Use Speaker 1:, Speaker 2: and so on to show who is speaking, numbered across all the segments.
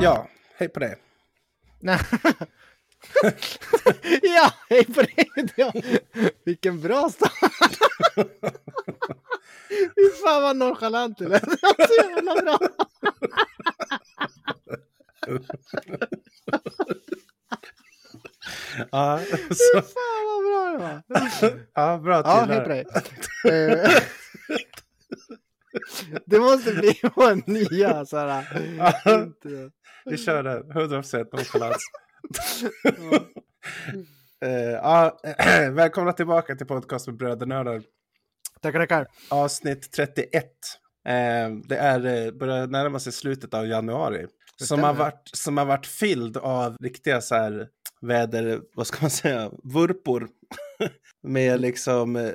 Speaker 1: Ja, hej på det.
Speaker 2: Nej. ja, hej på det! Ja. Vilken bra start! Fy fan vad nonchalant det lät. Så jävla bra!
Speaker 1: Ja,
Speaker 2: Fy
Speaker 1: så,
Speaker 2: fan vad bra det var!
Speaker 1: ja bra
Speaker 2: Ja,
Speaker 1: killar.
Speaker 2: hej på dig. Eh, Det måste bli vår nya så här. intro.
Speaker 1: Vi kör den, 100% nonchalans.
Speaker 2: Ja.
Speaker 1: Eh, ja, välkomna tillbaka till podcast med brödernördar.
Speaker 2: Tackar, tackar.
Speaker 1: Avsnitt 31. Eh, det är, eh, börjar närma sig slutet av januari.
Speaker 2: Det
Speaker 1: Som har,
Speaker 2: stämmer.
Speaker 1: varit, som har varit fylld av riktiga så här väder, vad ska man säga, vurpor.
Speaker 2: Mm.
Speaker 1: Med liksom eh,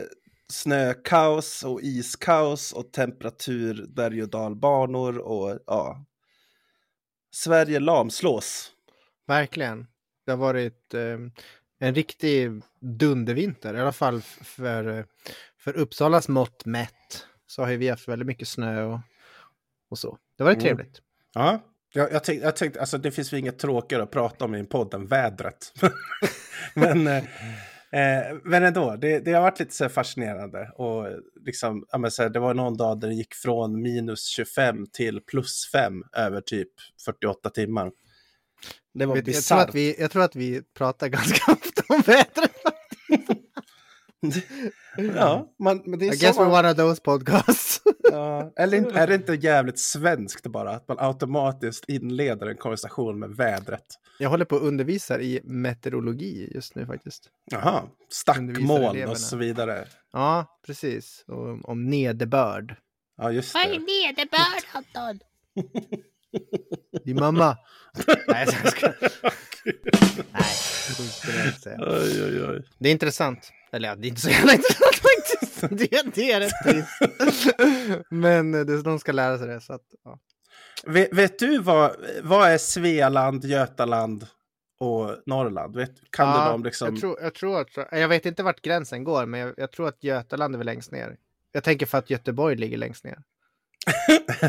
Speaker 1: snökaos och iskaos och temperatur, berg och dalbanor och ja. Sverige lamslås.
Speaker 2: Verkligen. Det har varit eh, en riktig dundervinter, i alla fall f- för, eh, för Uppsalas mått mätt. Så har ju vi haft väldigt mycket snö och, och så. Det var
Speaker 1: Mm.
Speaker 2: varit trevligt.
Speaker 1: Ja, jag, jag, tänkte, jag tänkte, alltså det finns väl inget tråkigare att prata om i en podd än vädret. men, eh, eh, men ändå, det, det har varit lite så här fascinerande. Och liksom, ja, men så här, det var någon dag där det gick från minus 25 till plus 5 över typ 48 timmar. Det var
Speaker 2: Vet du, jag, tror
Speaker 1: bisarrt.
Speaker 2: att vi, jag tror att vi pratar ganska ofta om vädret.
Speaker 1: Ja, man, men det
Speaker 2: I
Speaker 1: är
Speaker 2: guess
Speaker 1: så man,
Speaker 2: we're one of those podcasts.
Speaker 1: ja, Eller inte- är det inte jävligt svenskt bara? Att man automatiskt inleder en konversation med vädret.
Speaker 2: jag håller på och undervisar i meteorologi just nu faktiskt.
Speaker 1: Jaha,
Speaker 2: Undervisar
Speaker 1: stackmoln
Speaker 2: eleverna.
Speaker 1: och så vidare.
Speaker 2: Ja, precis. Och, om nederbörd.
Speaker 1: Ja, just
Speaker 3: Vad
Speaker 1: det.
Speaker 3: är nederbörd, Anton?
Speaker 2: Din mamma. Nej, jag ska... Nej, skit i det jag säger.
Speaker 1: Oj, oj, oj.
Speaker 2: Det är intressant. Eller ja, det är inte så jävla intressant faktiskt. Det, det är rätt trist. Men eh, det, de ska lära sig det. Så att, ja.
Speaker 1: Vet, vet du vad, vad är Svealand, Götaland och Norrland? Vet, kan
Speaker 2: Ja,
Speaker 1: du dem liksom?
Speaker 2: jag, tror, jag, tror, jag, tror, jag vet inte vart gränsen går, men jag, jag tror att Götaland är väl längst ner. Jag tänker för att Göteborg ligger längst ner.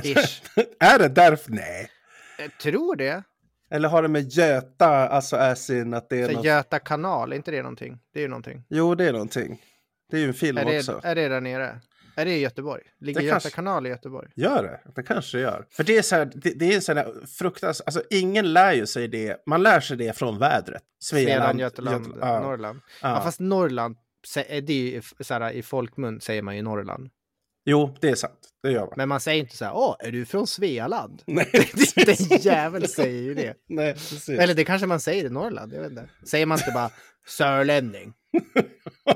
Speaker 2: Ish.
Speaker 1: Är det därför? Nej.
Speaker 2: Jag tror det.
Speaker 1: Eller har det med Göta, alltså är sin att det är
Speaker 2: Så
Speaker 1: något?
Speaker 2: Göta kanal, är inte det någonting? Det är ju någonting.
Speaker 1: Jo, det är någonting. Det är ju en film
Speaker 2: Är det,
Speaker 1: också.
Speaker 2: är det där nere? Är det i Göteborg? Ligger
Speaker 1: Det
Speaker 2: Göta
Speaker 1: kanske-
Speaker 2: kanal i Göteborg?
Speaker 1: Gör det? Det kanske det gör. För det är så här, det, det är så här fruktansvärt, alltså ingen lär ju sig det, man lär sig det från vädret.
Speaker 2: Svealand, Götaland,
Speaker 1: ja,
Speaker 2: Norrland.
Speaker 1: ja.
Speaker 2: Ja, fast Norrland, sä- är det är ju f- så här, i folkmun säger man ju Norrland.
Speaker 1: Jo, det är sant. Det gör man.
Speaker 2: Men man säger inte så här, åh, är du från Svealand?
Speaker 1: Nej,
Speaker 2: Den jäveln säger ju det.
Speaker 1: Nej, precis.
Speaker 2: Eller det kanske man säger i Norrland, jag vet inte. Säger man inte bara sörlänning?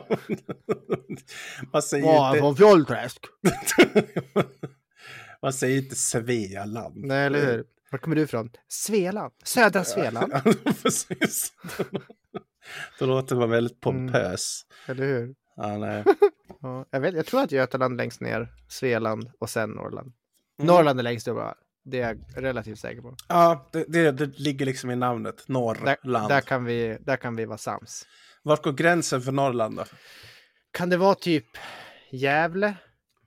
Speaker 1: man säger ju
Speaker 2: Åh,
Speaker 1: inte...
Speaker 2: från Fjollträsk?
Speaker 1: Man säger inte Svealand.
Speaker 2: Nej, eller hur? Var kommer du ifrån? Svealand, södra Svealand.
Speaker 1: Alltså, Precis. Då låter man väldigt pompös.
Speaker 2: Eller hur?
Speaker 1: Ja, nej.
Speaker 2: Ja, jag, vet, jag tror att Götaland längst ner, Svealand och sen Norrland.
Speaker 1: Mm.
Speaker 2: Norrland är längst upp, va? det är jag relativt säker på.
Speaker 1: ja det, det, det ligger liksom i namnet.
Speaker 2: Där,
Speaker 1: Norrland.
Speaker 2: där, kan vi, där kan vi vara sams.
Speaker 1: Vart går gränsen för Norrland då?
Speaker 2: Kan det vara typ Gävle?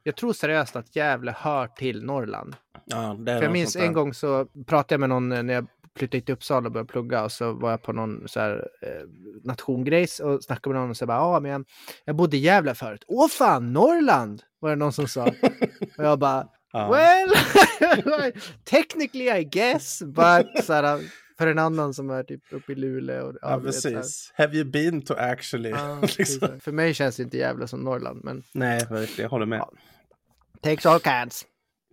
Speaker 2: Jag tror seriöst att Gävle hör till Norrland.
Speaker 1: Ja, det är
Speaker 2: För jag
Speaker 1: något
Speaker 2: minns
Speaker 1: sånt där.
Speaker 2: en gång så pratade jag med någon eh, när jag flyttade till Uppsala och började plugga och så var jag på någon så här eh, nationgrejs och snackade med någon och så bara ja men jag, jag bodde i Gävle förut. Åh fan, Norrland! Var det någon som sa. och jag bara
Speaker 1: Ja.
Speaker 2: well, technically I guess but så här, för en annan som är typ uppe i Luleå. Och,
Speaker 1: Ja,
Speaker 2: du vet, så här.
Speaker 1: precis. Have you been to actually?
Speaker 2: Ja,
Speaker 1: liksom.
Speaker 2: exakt. För mig känns det inte Gävle som Norrland men
Speaker 1: Nej, verkligen. Jag håller med.
Speaker 2: Ja. takes all kinds.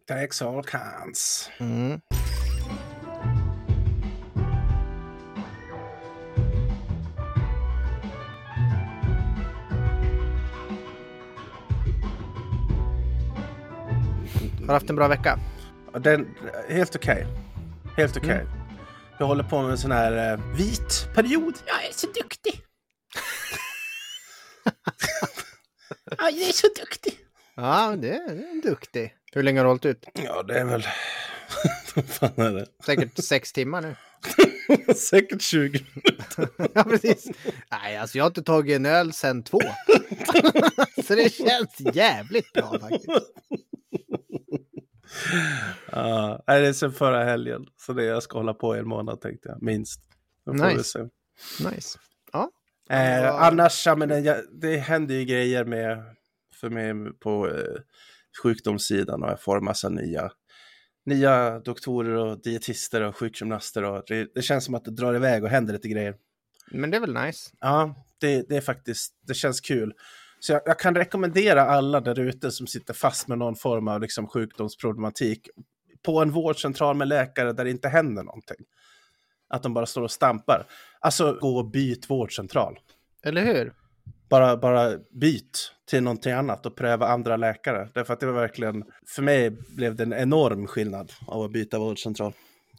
Speaker 1: Takes all kinds.
Speaker 2: Mm. Har du haft en bra vecka?
Speaker 1: Ja, Den, helt okej. Helt okej. Jag håller på med en sån här eh, vit period. Jag är så duktig. Aj, du är så duktig!
Speaker 2: Ja, det är, det är en duktig. Hur länge har du hållit ut?
Speaker 1: Ja, det är väl... Vad fan är det?
Speaker 2: Säkert sex timmar nu.
Speaker 1: Säkert 20.
Speaker 2: Ja, precis. Nej, alltså jag har inte tagit en öl sedan två. Så det känns jävligt bra faktiskt.
Speaker 1: Ja, nej, det är sen förra helgen. Så det jag ska hålla på i en månad tänkte jag, minst. Då får vi
Speaker 2: Nice.
Speaker 1: se.
Speaker 2: Nice. Ja.
Speaker 1: Eh,
Speaker 2: Ja.
Speaker 1: Annars, ja, men, det- jag, det händer ju grejer med, för mig på eh, sjukdomssidan och jag får en massa nya, nya doktorer och dietister och sjukgymnaster och det, det känns som att det drar iväg och händer lite grejer.
Speaker 2: Men det är väl nice.
Speaker 1: Ja, det, det är faktiskt, det känns kul. Så jag, jag kan rekommendera alla där ute som sitter fast med någon form av liksom, sjukdomsproblematik på en vårdcentral med läkare där det inte händer någonting. Att de bara står och stampar. Alltså, gå och byt vårdcentral
Speaker 2: Eller hur?
Speaker 1: bara, bara byt till någonting annat och pröva andra läkare. Därför att det var verkligen, för mig blev det en enorm skillnad av att byta vårdcentral.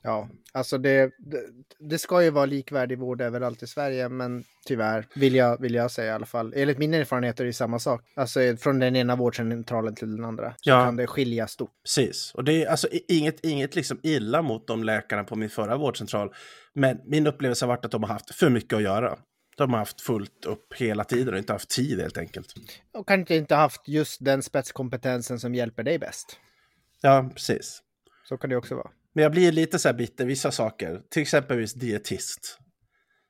Speaker 2: Ja, alltså det, det, det ska ju vara likvärdig vård överallt i Sverige, men tyvärr vill jag, vill jag säga i alla fall. Enligt min erfarenhet är det samma sak. Alltså från den ena vårdcentralen till den andra så
Speaker 1: Ja.
Speaker 2: kan det skilja stort.
Speaker 1: Precis, och det är alltså i- inget, inget liksom illa mot de läkarna på min förra vårdcentral. Men min upplevelse har varit att de har haft för mycket att göra. De har haft fullt upp hela tiden och inte haft tid helt enkelt.
Speaker 2: Och kanske inte haft just den spetskompetensen som hjälper dig bäst.
Speaker 1: Ja, precis.
Speaker 2: Så kan det också vara.
Speaker 1: Men jag blir lite så här bitter vissa saker, till exempelvis dietist.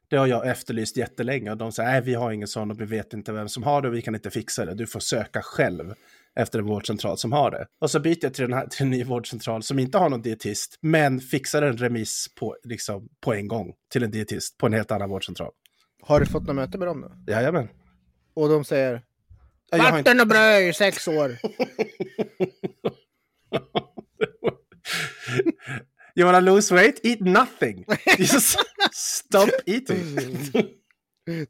Speaker 1: Det har jag efterlyst jättelänge och de säger nej vi har ingen sån och vi vet inte vem som har det och vi kan inte fixa det. Du får söka själv efter en vårdcentral som har det. Och så byter jag till, den här, till en ny vårdcentral som inte har någon dietist men fixar en remiss på, liksom, på en gång till en dietist på en helt annan vårdcentral.
Speaker 2: Har du fått något möte med dem nu?
Speaker 1: Jajamän.
Speaker 2: Och de säger
Speaker 1: Jag har inte-
Speaker 2: vatten och bröd i sex år.
Speaker 1: You wanna lose weight? Eat nothing! Just stop eating!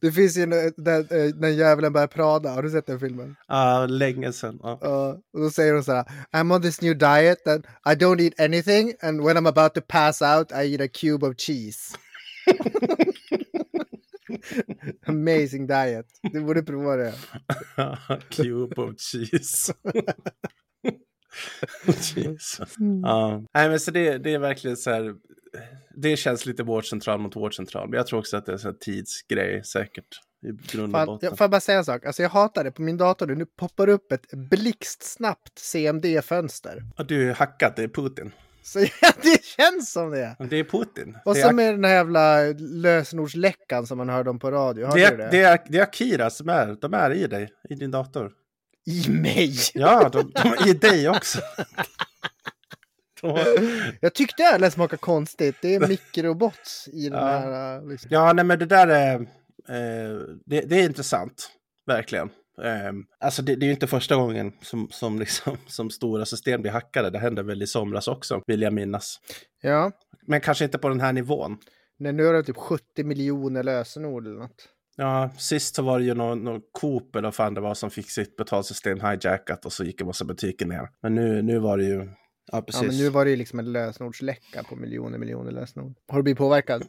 Speaker 2: Det finns ju en- den, eh, den jävlen bär Prada. Har du sett den filmen?
Speaker 1: Ah, länge sedan. ja.
Speaker 2: Ja, och då säger hon så här. I'm on this new diet that I don't eat anything and when I'm about to pass out I eat a cube of cheese. Amazing diet. Du borde prova det.
Speaker 1: Cube of cheese. Jesus.
Speaker 2: Mm.
Speaker 1: Ja. Nej, men så det, det är verkligen så här. Det känns lite vårdcentral mot vårdcentral. Men jag tror också att det är en sån här tidsgrej säkert. I grund och
Speaker 2: Fan,
Speaker 1: botten.
Speaker 2: jag, får jag bara säga en sak? Alltså jag hatar det på min dator nu. Nu poppar upp ett blixtsnabbt CMD-fönster.
Speaker 1: Ja, Du är hackat, det är Putin.
Speaker 2: Så ja, det känns som det.
Speaker 1: Men Det är Putin.
Speaker 2: Och
Speaker 1: det,
Speaker 2: så
Speaker 1: är,
Speaker 2: med den här jävla lösenordsläckan som man hörde om på radio. Hörde
Speaker 1: det,
Speaker 2: du
Speaker 1: är,
Speaker 2: det?
Speaker 1: det, är, det är Akira som är, de är i dig, i din dator.
Speaker 2: I mig!
Speaker 1: Ja, de, de är i dig också. De har,
Speaker 2: Jag tyckte ölen smakade konstigt. Det är mikrobots i den
Speaker 1: Ja.
Speaker 2: här... äh, Liksom.
Speaker 1: Ja, nej men det där är, eh, det, det är intressant, verkligen. Eh, alltså det, det är ju inte första gången som, som, liksom, som stora system blir hackade. Det hände väl i somras också, vill jag minnas.
Speaker 2: Ja.
Speaker 1: Men kanske inte på den här nivån.
Speaker 2: Nej, nu har det typ 70 miljoner lösenord eller något.
Speaker 1: Ja, sist så var det ju någon, någon Coop eller vad fan det var som fick sitt betalsystem hijackat och så gick en massa butiker ner. Men nu, nu var det ju... Ja, precis.
Speaker 2: Ja, men nu var det ju liksom en lösenordsläcka på miljoner, miljoner lösenord. Har du blivit påverkad?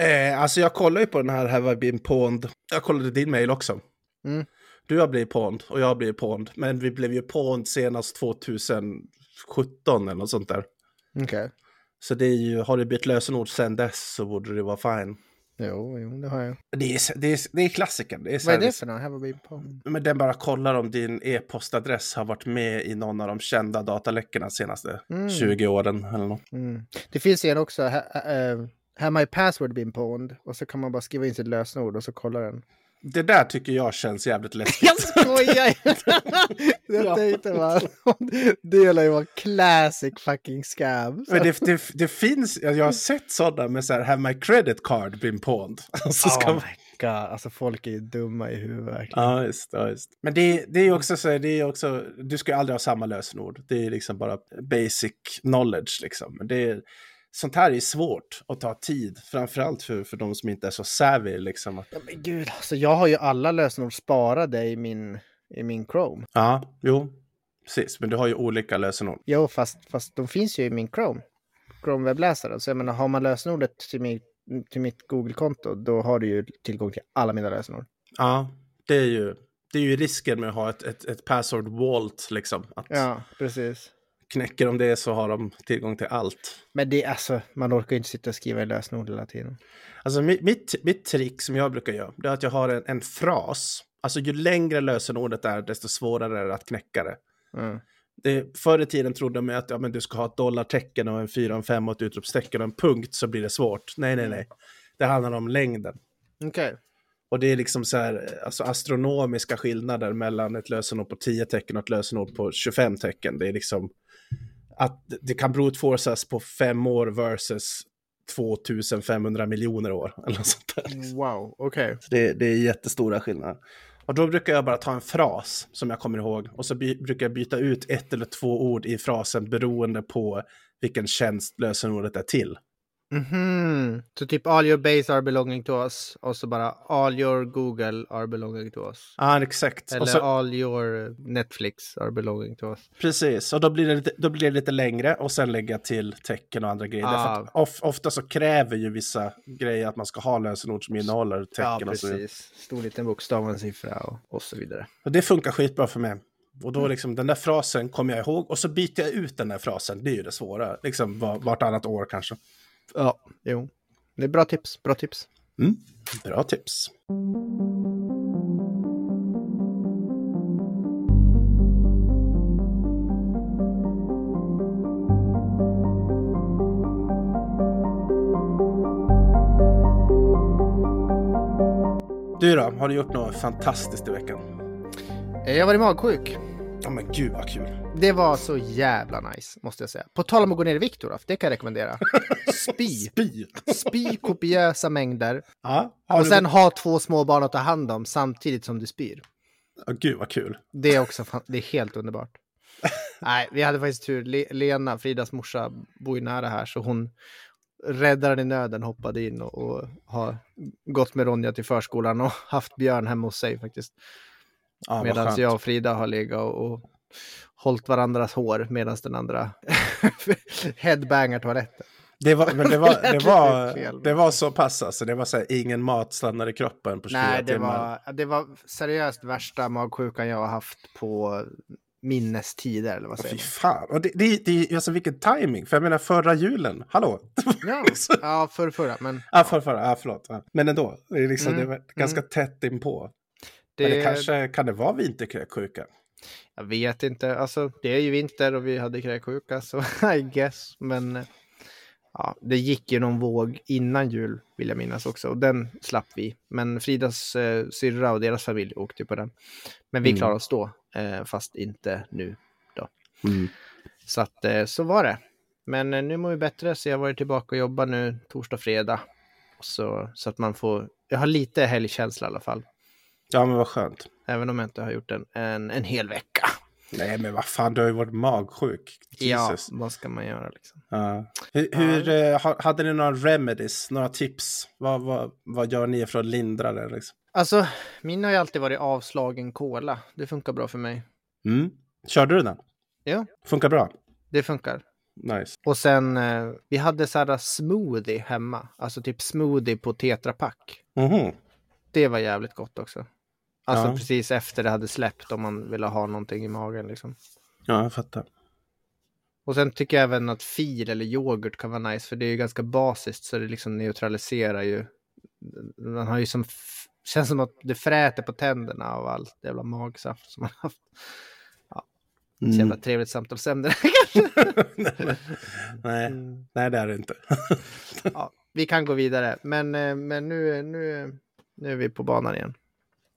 Speaker 1: Eh, alltså jag kollar ju på den här Have I been pwned. Jag kollade din mail också.
Speaker 2: Mm.
Speaker 1: Du har blivit pwned och jag har blivit pwned. Men vi blev ju pwned senast 2017 eller något sånt där.
Speaker 2: Okej.
Speaker 1: Så det är ju, har du bytt lösenord sen dess så borde det vara fine.
Speaker 2: Jo, jo, det har jag.
Speaker 1: Det är, det är, det är klassiken. Det är
Speaker 2: Vad är det
Speaker 1: service.
Speaker 2: för något? Här var vi på.
Speaker 1: Men den bara kollar om din e-postadress har varit med i någon av de kända dataläckorna senaste
Speaker 2: Mm.
Speaker 1: 20 åren eller något.
Speaker 2: Mm. Det finns ju en också. Ha, äh, have my password been pwned? Och så kan man bara skriva in sitt lösenord och så kollar den.
Speaker 1: Det där tycker jag känns jävligt läskigt.
Speaker 2: Jag skojar!
Speaker 1: Ja.
Speaker 2: jag tänkte bara, det gäller ju vara classic fucking scam.
Speaker 1: Men det, det, det finns, jag har sett sådana med så här, have my credit card been pawned? Och så ska man-
Speaker 2: God, alltså folk är ju dumma i huvudet verkligen.
Speaker 1: Ja, just, ja, just. Men det, det är ju också så, här, det är ju också, du ska ju aldrig ha samma lösenord. Det är liksom bara basic knowledge liksom. Men det är, sånt här är ju svårt att ta tid, framförallt för, för de som inte är så savvy liksom. Att,
Speaker 2: Ja, men gud, alltså jag har ju alla lösenord sparade i min, i min Chrome.
Speaker 1: ja, jo, precis. Men du har ju olika lösenord.
Speaker 2: Jo, fast, fast de finns ju i min Chrome. Chrome webbläsare. Så jag menar, har man lösenordet till, min, till mitt Google-konto, då har du ju tillgång till alla mina lösenord.
Speaker 1: Ja, det är ju, det är ju risken med att ha ett, ett, ett password vault liksom. Att
Speaker 2: Ja, precis.
Speaker 1: Knäcker de det så har de tillgång till allt.
Speaker 2: Men det är alltså, man orkar ju inte sitta och skriva i lösenord hela tiden.
Speaker 1: Alltså mitt, mitt, mitt trick som jag brukar göra, det är att jag har en, en fras. Alltså ju längre lösenordet är, desto svårare är det att knäcka det.
Speaker 2: Mm.
Speaker 1: det förr i tiden trodde man att ja, men du ska ha ett dollartecken och en fyra, en femma och ett utropstecken och en punkt så blir det svårt. Nej, nej, nej. Det handlar om längden.
Speaker 2: Okej.
Speaker 1: Och det är liksom så här, alltså astronomiska skillnader mellan ett lösenord på 10 tecken och ett lösenord på 25 tecken. Det är liksom att det kan brute-forcas på fem år versus 2500 miljoner år. Eller något sånt där.
Speaker 2: Wow, okej.
Speaker 1: Det, det är jättestora skillnader. Och då brukar jag bara ta en fras som jag kommer ihåg och så by- brukar jag byta ut ett eller två ord i frasen beroende på vilken tjänst lösenordet är till.
Speaker 2: Mhm. Så typ all your base are belonging to us och så bara all your Google are belonging to us.
Speaker 1: Ja, ah, exakt.
Speaker 2: Eller
Speaker 1: Och så,
Speaker 2: all your Netflix are belonging to us.
Speaker 1: Precis, och då blir, det lite, då blir det lite längre och sen lägga till tecken och andra grejer. Därför
Speaker 2: Ah.
Speaker 1: att of, ofta så kräver ju vissa grejer att man ska ha lösenord som innehåller tecken
Speaker 2: Ja,
Speaker 1: och så vidare.
Speaker 2: precis. Stor liten bokstav och en siffra och, och så vidare.
Speaker 1: Och det funkar skitbra för mig. Och
Speaker 2: Mm.
Speaker 1: då liksom den där frasen kommer jag ihåg och så byter jag ut den där frasen. Det är ju det svåra, liksom var- vartannat år kanske.
Speaker 2: Ja, jo. Det är bra tips, bra tips.
Speaker 1: Mm. Bra tips. Du då, har du gjort något fantastiskt i veckan?
Speaker 2: Eh, Jag var i magsjuk.
Speaker 1: Ja men gud vad kul.
Speaker 2: Det var så jävla nice, måste jag säga. På tal om att gå ner i vikt, Olof, det kan jag rekommendera. Spy.
Speaker 1: Spy!
Speaker 2: Spy kopiösa mängder.
Speaker 1: Ja, har
Speaker 2: Och
Speaker 1: du-
Speaker 2: sen ha två små barn att ta hand om samtidigt som du spyr.
Speaker 1: Ja, gud vad kul.
Speaker 2: Det är också fan, det är helt underbart. Nej, vi hade faktiskt tur. Le- Lena, Fridas morsa, bor ju nära här, så hon räddaren i nöden hoppade in och, och har gått med Ronja till förskolan och haft Björn hemma hos sig faktiskt.
Speaker 1: Ja, vad
Speaker 2: medan
Speaker 1: skönt.
Speaker 2: jag och Frida har legat och, och hållit varandras hår medan den andra headbangar toaletten.
Speaker 1: Det var, men det var, det
Speaker 2: lite fel, men-
Speaker 1: var, det var så pass alltså. Det var så här, ingen mat stannar i kroppen på 24
Speaker 2: Nej, det
Speaker 1: timmar.
Speaker 2: var, det var seriöst värsta magsjukan jag har haft på minnestider, eller vad
Speaker 1: Fy
Speaker 2: säger man?
Speaker 1: fan. Och det, det, det, alltså vilken timing. För jag menar förra julen, hallå?
Speaker 2: Ja,
Speaker 1: alltså.
Speaker 2: ja för förra, men
Speaker 1: ah, för, förra, ah, förlåt. Ja. Men ändå, det, är liksom,
Speaker 2: Mm,
Speaker 1: det var ganska tätt inpå.
Speaker 2: det,
Speaker 1: Men det kanske, kan det vara vinterkräksjuka?
Speaker 2: Jag vet inte. Alltså, det är ju vinter och vi hade kräksjuka, så I guess. Men eh, ja, det gick ju någon våg innan jul, vill jag minnas också. Och den slapp vi. Men Fridas eh, syrra och deras familj åkte ju på den. Men vi
Speaker 1: Mm.
Speaker 2: klarade oss då, eh, fast inte nu. Mm. Så att, eh, så var det. Men eh, nu mår vi bättre, så jag har varit tillbaka och jobbat nu torsdag, fredag. Och Så, så att man får... Jag har lite helgkänsla i alla fall.
Speaker 1: Ja, men vad skönt.
Speaker 2: Även om jag inte har gjort en, en, en hel vecka.
Speaker 1: Nej, men vad fan, du har ju varit magsjuk. Jesus.
Speaker 2: Ja, vad ska man göra liksom?
Speaker 1: Ja. Hur, hur, eh, ha- hade ni några remedies, några tips? Vad, vad, vad gör ni för att lindra det? Liksom?
Speaker 2: Alltså, min har ju alltid varit avslagen cola. Det funkar bra för mig.
Speaker 1: Mm. Körde du den?
Speaker 2: Ja.
Speaker 1: Funkar bra?
Speaker 2: Det funkar.
Speaker 1: Nice.
Speaker 2: Och sen, eh, vi hade så här smoothie hemma. Alltså typ smoothie på tetrapack.
Speaker 1: Mhm.
Speaker 2: Det var jävligt gott också. Alltså
Speaker 1: Ja.
Speaker 2: precis efter det hade släppt om man ville ha någonting i magen liksom.
Speaker 1: Ja, jag fattar.
Speaker 2: Och sen tycker jag även att fil eller yoghurt kan vara nice för det är ju ganska basiskt så det liksom neutraliserar ju. Man har ju som, f- känns som att det fräter på tänderna av allt jävla magsaft som man har haft.
Speaker 1: Mm.
Speaker 2: Så jävla trevligt samtalsämne.
Speaker 1: Nej,
Speaker 2: Mm.
Speaker 1: nej, det är det inte.
Speaker 2: ja, vi kan gå vidare, men, eh, men nu, nu, nu är vi på banan igen.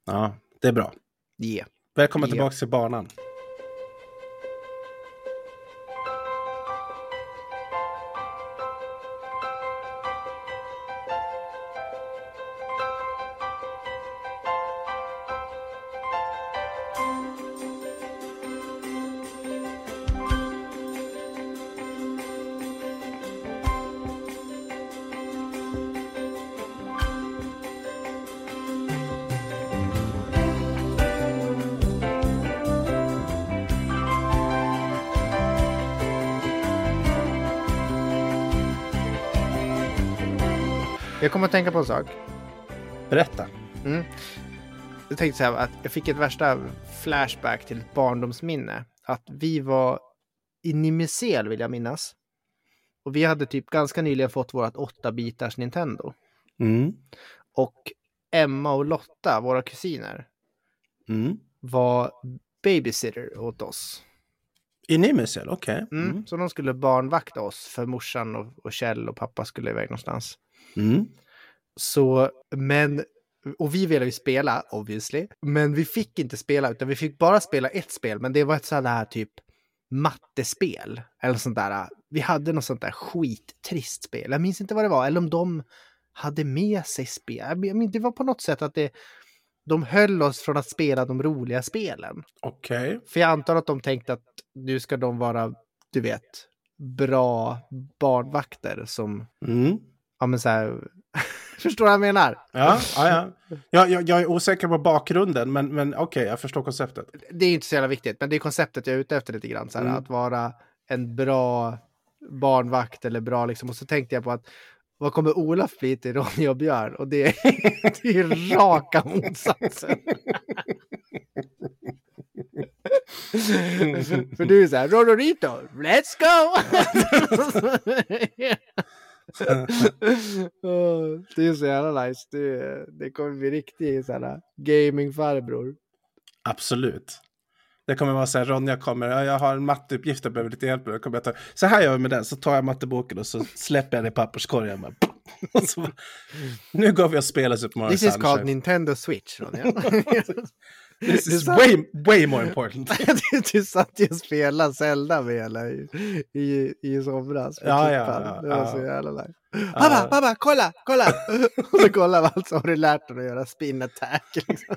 Speaker 1: ja, det är bra.
Speaker 2: Yeah.
Speaker 1: Välkommen
Speaker 2: Ja.
Speaker 1: tillbaka till banan.
Speaker 2: Jag kommer att tänka på en sak.
Speaker 1: Berätta.
Speaker 2: Mm. jag tänkte så här att jag fick ett värsta flashback till ett barndomsminne. Att vi var i Nimisel vill jag minnas. Och vi hade typ ganska nyligen fått vårat 8-bitars Nintendo.
Speaker 1: Mm.
Speaker 2: Och Emma och Lotta, våra kusiner,
Speaker 1: Mm.
Speaker 2: var babysitter åt oss.
Speaker 1: I Nimisel, okej.
Speaker 2: Mm.
Speaker 1: Mm.
Speaker 2: Så de skulle barnvakta oss för morsan och, och Kjell och pappa skulle iväg någonstans.
Speaker 1: Mm.
Speaker 2: Så, men, och vi ville ju spela obviously, men vi fick inte spela utan vi fick bara spela ett spel, men det var ett sådant här typ mattespel eller sånt där. Vi hade något sånt där skittrist spel. Jag minns inte vad det var, eller om de hade med sig spel. Jag men det var på något sätt att det, de höll oss från att spela de roliga spelen.
Speaker 1: Okej.
Speaker 2: För jag antar att de tänkte att nu ska de vara, du vet, bra barnvakter som,
Speaker 1: Mm.
Speaker 2: ja men så här, förstår du vad jag menar?
Speaker 1: Ja, ja, ja. Jag, jag, jag är osäker på bakgrunden, men, men okej, jag förstår konceptet.
Speaker 2: det är inte så jävla viktigt, men det är konceptet jag är ute efter lite grann. Så här,
Speaker 1: Mm.
Speaker 2: Att vara en bra barnvakt eller bra liksom. Och så tänkte jag på att vad kommer Olof bli till Ronny och Björn? Och det är, det är ju raka motsatsen. För du är så här, Rororito, let's go! Åh, det är så jävla nice. Det, är- det kommer bli riktigt så här gamingfarbror.
Speaker 1: Absolut. Det kommer vara så här, Ronja kommer, ja, jag har en matteuppgift, jag behöver lite hjälp med. Då Kommer jag ta, så här gör jag med den, så tar jag matteboken och så släpper jag den i papperskorgen. Bara, och så, bara- nu går vi och spelar Super Mario
Speaker 2: This is called
Speaker 1: Sunshine.
Speaker 2: Nintendo Switch, Ronja.
Speaker 1: This
Speaker 2: du
Speaker 1: is
Speaker 2: satt-
Speaker 1: way, way more important.
Speaker 2: du, du satt ju och spelade Zelda med hela i, i, i somras. på
Speaker 1: Ja, ja,
Speaker 2: klippan.
Speaker 1: ja,
Speaker 2: det var
Speaker 1: ja.
Speaker 2: så jävla nice. Pappa, pappa, kolla, kolla! och så kollar man, så har du lärt dig att göra spin attack. Liksom.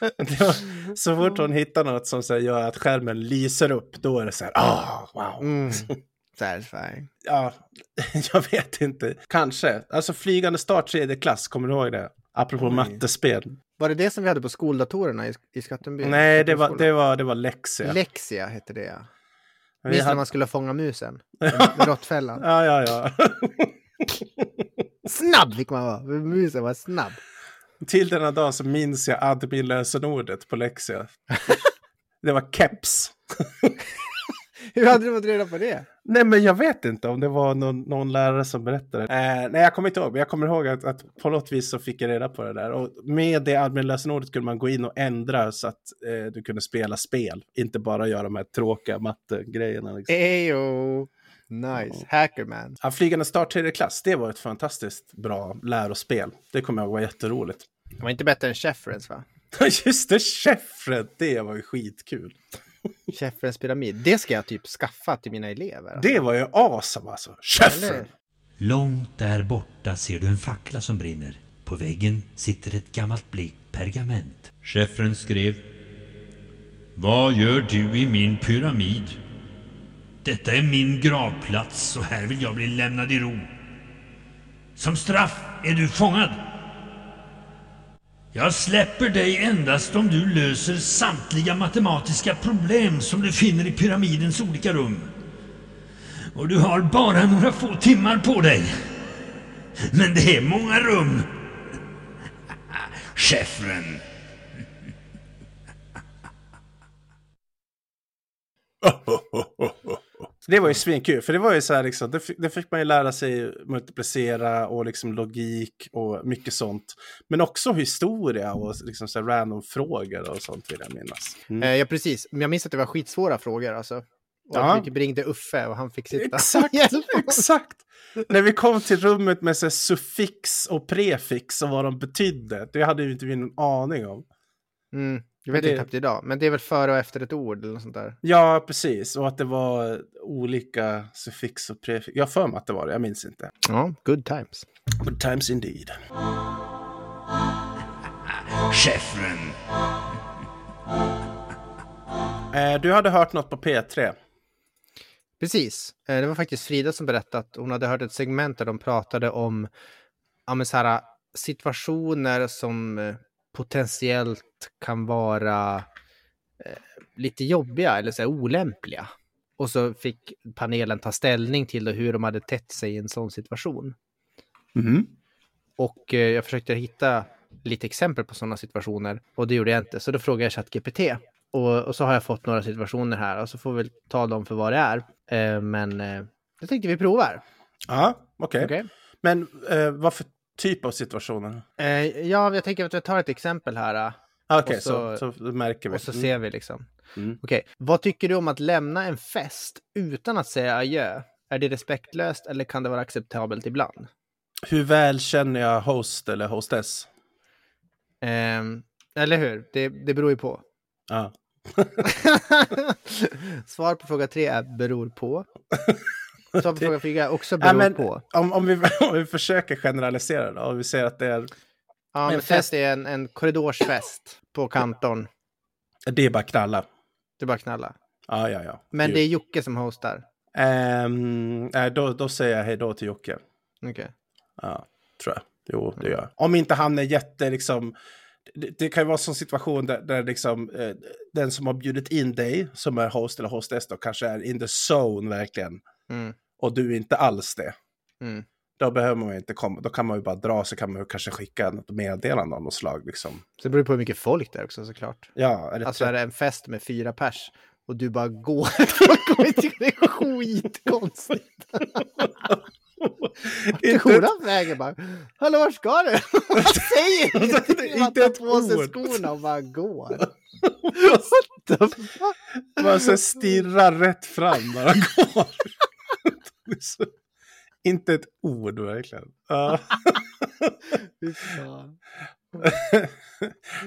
Speaker 1: Det var- så fort
Speaker 2: Mm.
Speaker 1: hon hittar något som så här, gör att skärmen lyser upp, då är det så här, ah, wow.
Speaker 2: Mm. Satisfying.
Speaker 1: Ja, jag vet inte. Kanske. Alltså flygande start tredje klass, kommer du ihåg det? Apropå
Speaker 2: Oj.
Speaker 1: mattespel.
Speaker 2: Var det det som vi hade på skoldatorerna i, i Skattenby?
Speaker 1: Nej, det var,
Speaker 2: Skattenbyskolan?
Speaker 1: det var, det var läxia.
Speaker 2: Lexia hette det, ja.
Speaker 1: Vi
Speaker 2: Minns du när
Speaker 1: hade-
Speaker 2: man skulle fånga musen? Råttfällan.
Speaker 1: Ja, ja, ja.
Speaker 2: Snabb fick man vara! Musen var snabb.
Speaker 1: Till denna dag så minns jag adminlösenordet på Lexia. Det var keps.
Speaker 2: Hur hade du fått reda på det?
Speaker 1: Nej, men jag vet inte om det var någon, någon lärare som berättade. Eh, nej, jag kommer inte ihåg. Men jag kommer ihåg att, att på något vis så fick jag reda på det där. Och med det adminlösenordet kunde man gå in och ändra så att eh, du kunde spela spel. Inte bara göra de här tråkiga mattegrejerna. Liksom.
Speaker 2: Ejo! Nice. Hackerman.
Speaker 1: Ja, Flygande start tredje klass, det var ett fantastiskt bra lärospel. Det kommer jag ihåg var jätteroligt.
Speaker 2: Det var inte bättre än Sheffrens va?
Speaker 1: Just det, Sheffred, det var ju skitkul.
Speaker 2: Sheffrens pyramid. Det ska jag typ skaffa till mina elever.
Speaker 1: Det var ju awesome alltså. Sheffred!
Speaker 2: Eller?
Speaker 3: Långt där borta ser du en fackla som brinner. På väggen sitter ett gammalt blekt pergament. Chefen skrev. Vad gör du i min pyramid? Detta är min gravplats och här vill jag bli lämnad i ro. Som straff är du fångad. Jag släpper dig endast om du löser samtliga matematiska problem som du finner i pyramidens olika rum. Och du har bara några få timmar på dig. Men det är många rum. Chefen.
Speaker 1: Det var ju svinkul, för det var ju så här liksom, det, fick, det fick man ju lära sig multiplicera och liksom logik och mycket sånt. Men också historia och liksom så här random frågor och sånt vill jag minnas. Mm.
Speaker 2: Eh, ja, precis. Men jag minns att det var skitsvåra frågor alltså. Och
Speaker 1: Ja.
Speaker 2: att vi ringde Uffe och han fick sitta.
Speaker 1: Exakt,
Speaker 2: Hjälp.
Speaker 1: exakt. När vi kom till rummet med så här suffix och prefix och vad de betydde, det hade ju inte vi någon aning om.
Speaker 2: Mm. Jag vet
Speaker 1: Det-
Speaker 2: inte knappt idag, men det är väl före och efter ett ord eller något sånt där.
Speaker 1: Ja, precis. Och att det var olika suffix och prefix. Jag har för mig att det var det, jag minns inte.
Speaker 2: Ja, good times.
Speaker 1: Good times indeed.
Speaker 3: Chefen.
Speaker 1: Eh, du hade hört något på P3.
Speaker 2: Precis. Eh, Det var faktiskt Frida som berättade att hon hade hört ett segment där de pratade om ja, men så här, situationer som eh, potentiellt kan vara eh, lite jobbiga eller så här, olämpliga. Och så fick panelen ta ställning till det, hur de hade tätt sig i en sån situation.
Speaker 1: Mm.
Speaker 2: Och eh, jag försökte hitta lite exempel på sådana situationer och det gjorde jag inte. Så då frågade jag ChatGPT och, och så har jag fått några situationer här och så får vi väl ta dem för vad det är. Eh, men eh, jag tänkte vi provar.
Speaker 1: Ja, okej.
Speaker 2: Okej?
Speaker 1: Men eh, vad för typ av situationer?
Speaker 2: Eh, ja, jag tänker att jag tar ett exempel här. eh.
Speaker 1: Ah, Okej,
Speaker 2: Och
Speaker 1: så,
Speaker 2: så-
Speaker 1: så, märker vi.
Speaker 2: Och så
Speaker 1: Mm.
Speaker 2: ser vi liksom.
Speaker 1: Mm.
Speaker 2: Okej, vad tycker du om att lämna en fest utan att säga adjö? Är det respektlöst eller kan det vara acceptabelt ibland?
Speaker 1: Hur väl känner jag host eller hostess?
Speaker 2: Ehm, eller hur? Det, det beror ju på.
Speaker 1: Ja.
Speaker 2: Svar på fråga tre är beror på. Svar på fråga fyra är också beror
Speaker 1: Ja, Ah, men,
Speaker 2: på.
Speaker 1: om, om, vi, om vi försöker generalisera då, och vi säger att det är,
Speaker 2: Ja,
Speaker 1: men
Speaker 2: men
Speaker 1: fest-
Speaker 2: fest är en, en korridorsfest på kantorn.
Speaker 1: det är bara knalla.
Speaker 2: Det är bara att knalla.
Speaker 1: Ja, ja, ja.
Speaker 2: Men det är Jocke som hostar.
Speaker 1: Ehm, nej, då, då säger jag hej då till Jocke.
Speaker 2: Okej.
Speaker 1: Ja, tror jag. Jo, det gör jag. Om inte han är jätte, liksom... Det, det kan ju vara en sån situation där, där liksom, eh, den som har bjudit in dig, som är host eller hostess, då, kanske är in the zone verkligen.
Speaker 2: Mm,
Speaker 1: Och du är inte alls det.
Speaker 2: mm.
Speaker 1: Då behöver man ju inte komma. Då kan man ju bara dra, så kan man ju kanske skicka något meddelande av något slag. Liksom.
Speaker 2: Så det beror på hur mycket folk det är också såklart.
Speaker 1: Ja, eller
Speaker 2: Alltså är det en fest med fyra pers och du bara går. Folk kommer tycka det är skitkonstigt.
Speaker 1: inte,
Speaker 2: Skolan väger bara. Hallå, vart ska du? Han säger ingenting. Han
Speaker 1: Inte
Speaker 2: tar
Speaker 1: ett
Speaker 2: på sig
Speaker 1: ord.
Speaker 2: skorna och bara går.
Speaker 1: man så stirrar rätt fram när han går. Det är så- inte ett ord verkligen. Ja.
Speaker 2: Fy fan.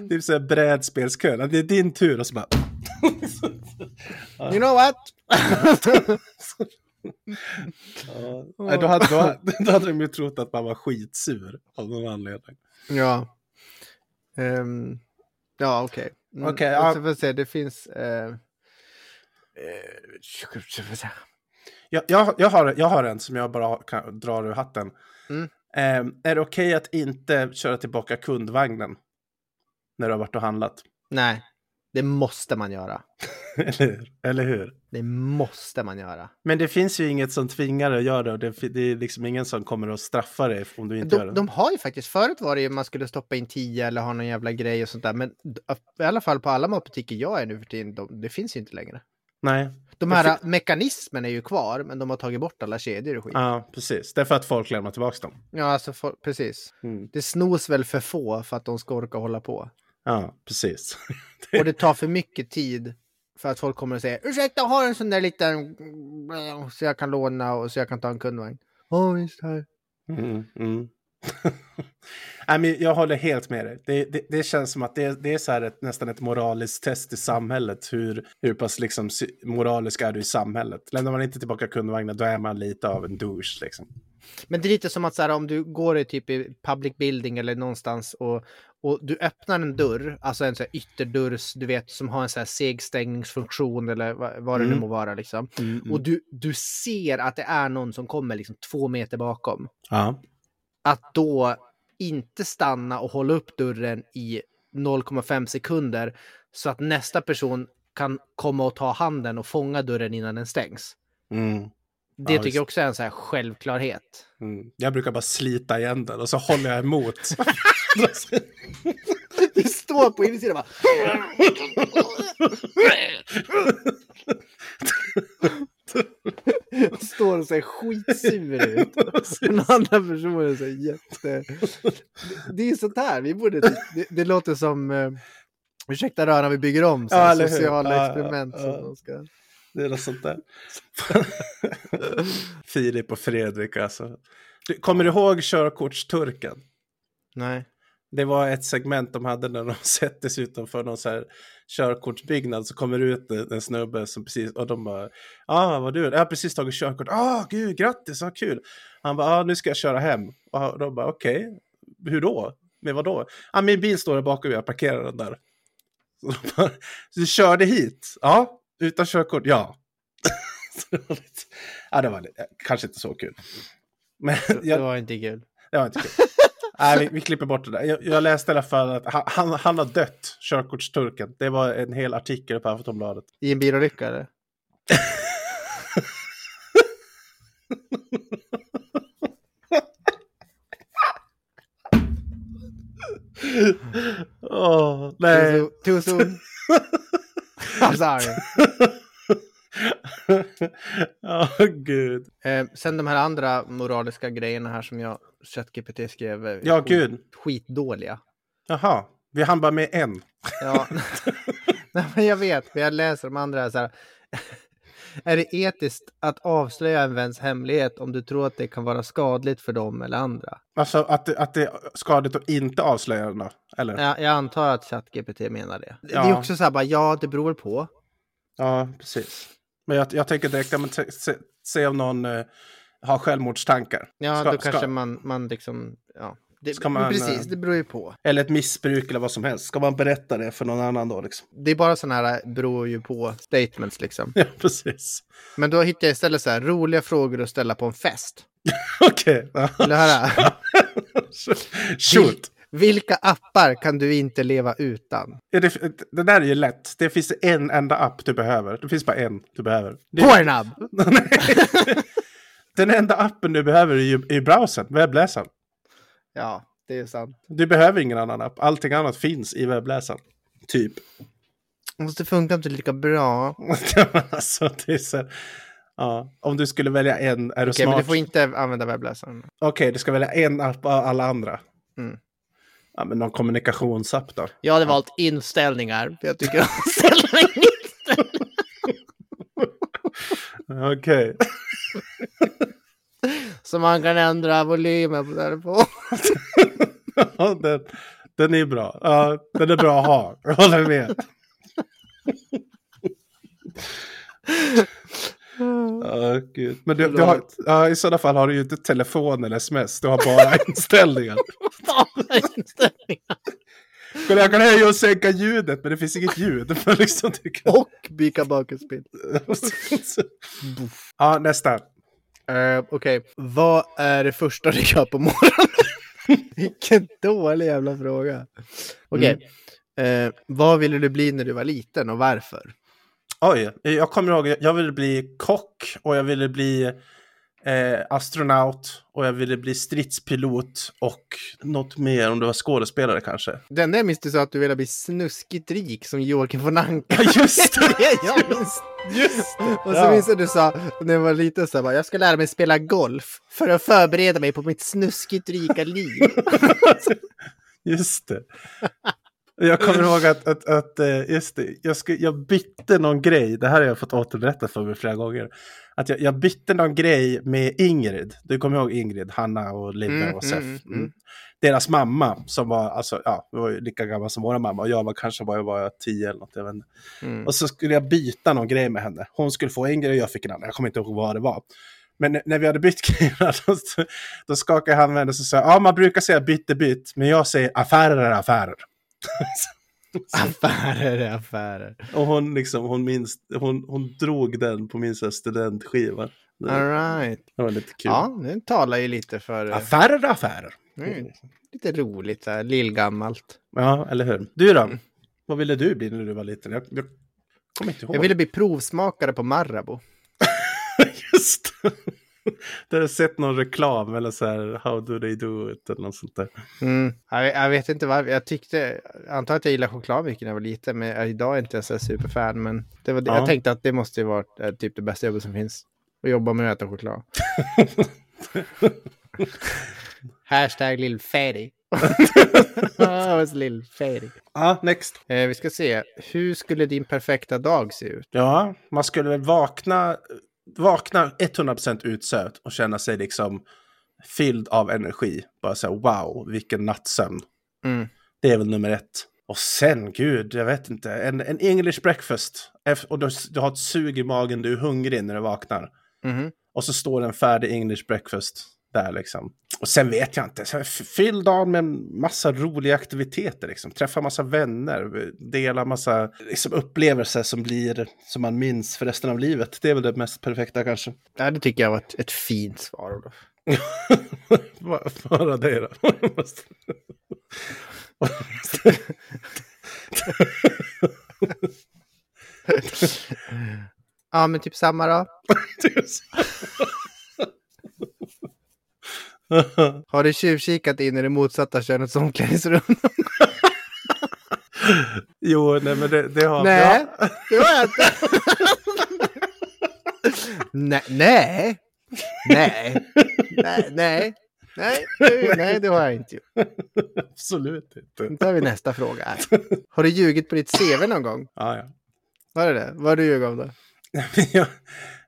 Speaker 1: Det är så här brädspelskön. Det är din tur och så bara...
Speaker 2: You know what?
Speaker 1: Nej, då, hade, då, då hade de ju trott att man var skitsur av någon anledning.
Speaker 2: Ja. Ehm, ja, okej. Mm,
Speaker 1: Okej,
Speaker 2: jag
Speaker 1: ja.
Speaker 2: ska väl säga, det finns... eh, eh,
Speaker 1: Jag, jag, jag, har, jag har en som jag bara kan, drar ur hatten.
Speaker 2: Mm.
Speaker 1: Ehm, är det okej att inte köra tillbaka kundvagnen när du har varit och handlat?
Speaker 2: Nej, det måste man göra.
Speaker 1: Eller, hur? eller hur?
Speaker 2: Det måste man göra.
Speaker 1: Men det finns ju inget som tvingar dig att göra det och det, fi- det är liksom ingen som kommer att straffa dig om du inte gör
Speaker 2: De,
Speaker 1: det.
Speaker 2: de har ju faktiskt, förut var det ju man skulle stoppa in 10 eller ha någon jävla grej och sånt där. Men d- i alla fall på alla matbutiker jag är nu för tiden, de, det finns ju inte längre.
Speaker 1: Nej,
Speaker 2: De
Speaker 1: Jag
Speaker 2: här mekanismerna är ju kvar, men de har tagit bort alla kedjor och skit.
Speaker 1: ja, precis. Det är för att folk lämnar tillbaka dem.
Speaker 2: Ja, alltså for, precis.
Speaker 1: Mm.
Speaker 2: Det snos väl för få för att de ska orka hålla på.
Speaker 1: Ja, precis.
Speaker 2: Och det tar för mycket tid för att folk kommer och säger ursäkta, jag har en sån där liten så jag kan låna och så jag kan ta en kundvagn. Ja, visst här.
Speaker 1: Mm, mm. Nej, men jag håller helt med dig. Det, det, det känns som att det, det är så här ett, nästan ett moraliskt test i samhället. Hur, hur pass liksom, sy- moralisk är du i samhället? Lämnar man inte tillbaka kundvagnen, då är man lite av en douche. Liksom.
Speaker 2: Men det är lite som att så här, om du går i typ i public building eller någonstans och, och du öppnar en dörr, alltså en så här ytterdörr, du vet, som har en så här segstängningsfunktion eller vad, vad det nu
Speaker 1: Mm.
Speaker 2: må vara liksom. Och du, du ser att det är någon som kommer liksom två meter bakom.
Speaker 1: ja.
Speaker 2: Att då inte stanna och hålla upp dörren i 0,5 sekunder så att nästa person kan komma och ta handen och fånga dörren innan den stängs.
Speaker 1: Mm.
Speaker 2: Det
Speaker 1: Ja,
Speaker 2: tycker
Speaker 1: visst.
Speaker 2: jag också är en så här självklarhet.
Speaker 1: Mm. Jag brukar bara slita igen den och så håller jag emot.
Speaker 2: Det står på insidan bara. Står och ser skitsur ut. Den andra personen ser jätte... Det är sånt här, vi borde... typ- Det, det låter som... Eh, ursäkta röran, vi bygger om så
Speaker 1: Ja,
Speaker 2: här,
Speaker 1: eller hur?
Speaker 2: sociala
Speaker 1: Ja,
Speaker 2: experiment.
Speaker 1: ja,
Speaker 2: som
Speaker 1: ja.
Speaker 2: de ska...
Speaker 1: Det är något sånt där. Filip och Fredrik alltså. Du, kommer du ihåg körkortsturken?
Speaker 2: Nej.
Speaker 1: Det var ett segment de hade när de sätter sig utanför någon så här körkortsbyggnad så kommer det ut en en snubbe som precis och de bara Ja, ah, vad du, jag har precis tagit körkort. Ah, gud, grattis, vad kul. Han bara, ah, nu ska jag köra hem. Och de bara, okej, hur då? Med vad då? Ah, min bil står där bakom, jag parkerar den där. Så de bara, så du körde hit? Ja, utan körkort, ja. så det var lite, ja, det var lite, kanske inte så kul. Men
Speaker 2: Det
Speaker 1: jag,
Speaker 2: var inte kul.
Speaker 1: det var inte kul. Nej, vi, vi klipper bort det där. Jag, jag läste i alla fall att han, han, han har dött, körkortsturken. Det var en hel artikel på Aftonbladet.
Speaker 2: I en bilolycka eller?
Speaker 1: Åh, nej.
Speaker 2: Too soon. Too soon. I'm sorry.
Speaker 1: Åh, gud.
Speaker 2: Eh, sen de här andra moraliska grejerna här som jag ChatGPT skrev. eh,
Speaker 1: Ja,
Speaker 2: skit-
Speaker 1: gud.
Speaker 2: Skitdåliga.
Speaker 1: Jaha, vi hann bara med en.
Speaker 2: Ja. Nej, men jag vet, men jag läser de andra här så här. Är det etiskt att avslöja en väns hemlighet om du tror att det kan vara skadligt för dem eller andra?
Speaker 1: Alltså att, det- att det är skadligt att inte avslöja den då, eller?
Speaker 2: Jag, jag antar att ChatGPT menar det. Det är
Speaker 1: Ja.
Speaker 2: också så här bara, ja, det beror på.
Speaker 1: Ja, precis. Men jag, jag tänker direkt, ja, men se, se, se om någon eh, har självmordstankar.
Speaker 2: Ja,
Speaker 1: Ska-
Speaker 2: då
Speaker 1: ska-
Speaker 2: kanske man, man liksom, ja. Det,
Speaker 1: Ska man,
Speaker 2: precis,
Speaker 1: eh,
Speaker 2: det beror ju på.
Speaker 1: Eller ett missbruk eller vad som helst. Ska man berätta det för någon annan då liksom?
Speaker 2: Det är bara sådana här eh, beror ju på statements liksom.
Speaker 1: Ja, precis.
Speaker 2: Men då hittar jag istället så här roliga frågor att ställa på en fest.
Speaker 1: Okej. ja.
Speaker 2: Vill du höra? Vil-
Speaker 1: Shoot.
Speaker 2: vilka appar kan du inte leva utan?
Speaker 1: Ja, Det, det där är ju lätt. Det finns en enda app du behöver. Det finns bara en du behöver. Det,
Speaker 2: Pornhub!
Speaker 1: Nej. Den enda appen du behöver är ju i browsern, webbläsaren.
Speaker 2: Ja, det är sant.
Speaker 1: Du behöver ingen annan app. Allting annat finns i webbläsaren. Typ.
Speaker 2: Måste funka inte lika bra.
Speaker 1: alltså, det är så här, ja. Om du skulle välja en, är du
Speaker 2: Okej, men du
Speaker 1: smart?
Speaker 2: får inte använda webbläsaren.
Speaker 1: Okej, du ska välja en app av alla andra.
Speaker 2: Mm.
Speaker 1: Ja, men någon kommunikationsapp då?
Speaker 2: Jag hade valt inställningar, för jag tycker om inställningar.
Speaker 1: Okej.
Speaker 2: Så man kan ändra volymen på telefonen.
Speaker 1: Ja, den, den är bra. Ja, den är bra att ha. Jag håller med. Ja, gud. Men du, du har, ja, i sådana fall har du ju inte telefon eller sms. Du har bara inställningar.
Speaker 2: inställningar.
Speaker 1: Kolla, jag kan höja och sänka ljudet, men det finns inget ljud. Men liksom, du kan...
Speaker 2: Och byka bakgrundsbild.
Speaker 1: ja, nästa.
Speaker 2: Eh, Okej, vad är det första du gör på morgonen? Vilken dålig jävla fråga. Okej,
Speaker 1: Mm.
Speaker 2: Eh, vad ville du bli när du var liten och varför?
Speaker 1: Oj, jag kommer ihåg, jag ville bli kock och jag ville bli eh, astronaut och jag ville bli stridspilot och något mer om du var skådespelare kanske.
Speaker 2: Det enda jag minns du sa att du ville bli snuskigt rik som Joakim von Anka.
Speaker 1: Ja, just det!
Speaker 2: Det jag minns.
Speaker 1: Just det!
Speaker 2: Och så
Speaker 1: Ja.
Speaker 2: minns jag du sa när jag var liten så här, bara, jag ska lära mig spela golf för att förbereda mig på mitt snuskigt rika liv.
Speaker 1: Just det. Jag kommer ihåg att, att, att eh, just det, jag, sku, jag bytte någon grej, det här har jag fått återberättat för mig flera gånger. Att jag, jag bytte någon grej med Ingrid, du kommer ihåg Ingrid, Hanna och Linda
Speaker 2: Mm,
Speaker 1: och Sef.
Speaker 2: mm,
Speaker 1: Mm,
Speaker 2: mm.
Speaker 1: Deras mamma som var, alltså, ja, vi var ju lika gammal som våra mamma och jag var kanske bara var 10 eller något, jag vet inte.
Speaker 2: Mm.
Speaker 1: Och så skulle jag byta någon grej med henne. Hon skulle få en grej och jag fick en annan. Jag kommer inte ihåg vad det var. Men n- när vi hade bytt grejerna, då, då skakade han med henne och så sa jag, ja, man brukar säga bytte bytt, men jag säger affärer är affärer.
Speaker 2: Affärer är affärer.
Speaker 1: och hon, liksom, hon, minns, hon, hon drog den på min så här studentskiva. Det,
Speaker 2: All right.
Speaker 1: det var lite kul.
Speaker 2: Ja, nu talar ju lite för... eh,
Speaker 1: Affärer är affärer.
Speaker 2: Mm. Lite roligt, så här, lillgammalt.
Speaker 1: Ja, eller hur? Du då?
Speaker 2: Mm.
Speaker 1: Vad ville du bli när du var liten? Jag, jag kommer inte ihåg.
Speaker 2: Jag ville bli provsmakare på Marabou.
Speaker 1: Just det. Du har sett någon reklam eller så här, how do they do it eller något sånt där.
Speaker 2: Mm. Jag, jag vet inte varför. Jag tyckte, jag antar att jag gillade choklad mycket när jag var liten, men jag- idag är inte jag så här superfan. Men det var, det- jag
Speaker 1: Ja.
Speaker 2: tänkte att det måste ju vara eh, typ det bästa jobbet som finns. Att jobba med att äta choklad. Hashtag lillfäri. I was lillfäri.
Speaker 1: Ja, next.
Speaker 2: Eh, vi ska se, hur skulle din perfekta dag se ut?
Speaker 1: Ja, man skulle väl vakna, vakna 100% utsövd och känna sig liksom fylld av energi. Bara så här, wow, vilken nattsömn.
Speaker 2: Mm.
Speaker 1: Det är väl nummer ett. Och sen, gud, jag vet inte, en, en English breakfast. Eff- Och du, du har ett sug i magen, du är hungrig när du vaknar.
Speaker 2: Mhm.
Speaker 1: Och så står det en färdig English breakfast där liksom. Och sen vet jag inte, så här, f- fyll dagen med en massa roliga aktiviteter liksom. Träffa massa vänner, dela massa liksom, upplevelser som blir, som man minns för resten av livet. Det är väl det mest perfekta kanske.
Speaker 2: Ja, det tycker jag var ett, ett fint svar. Olof.
Speaker 1: Bara- Bara det då.
Speaker 2: Ja, men typ samma då. Har du tjuvkikat in i det motsatta könets omklädningsrum?
Speaker 1: Jo, nej men det, det har
Speaker 2: Nej,
Speaker 1: Ja.
Speaker 2: det har jag inte. nej, nej, nej, nej, nej, nej, det- nej, det har jag inte gjort.
Speaker 1: Absolut inte.
Speaker 2: Då tar vi nästa fråga. här. Har du ljugit på ditt CV någon gång?
Speaker 1: Ja, ja.
Speaker 2: Var det det? Vad har du ljugit om då?
Speaker 1: jag,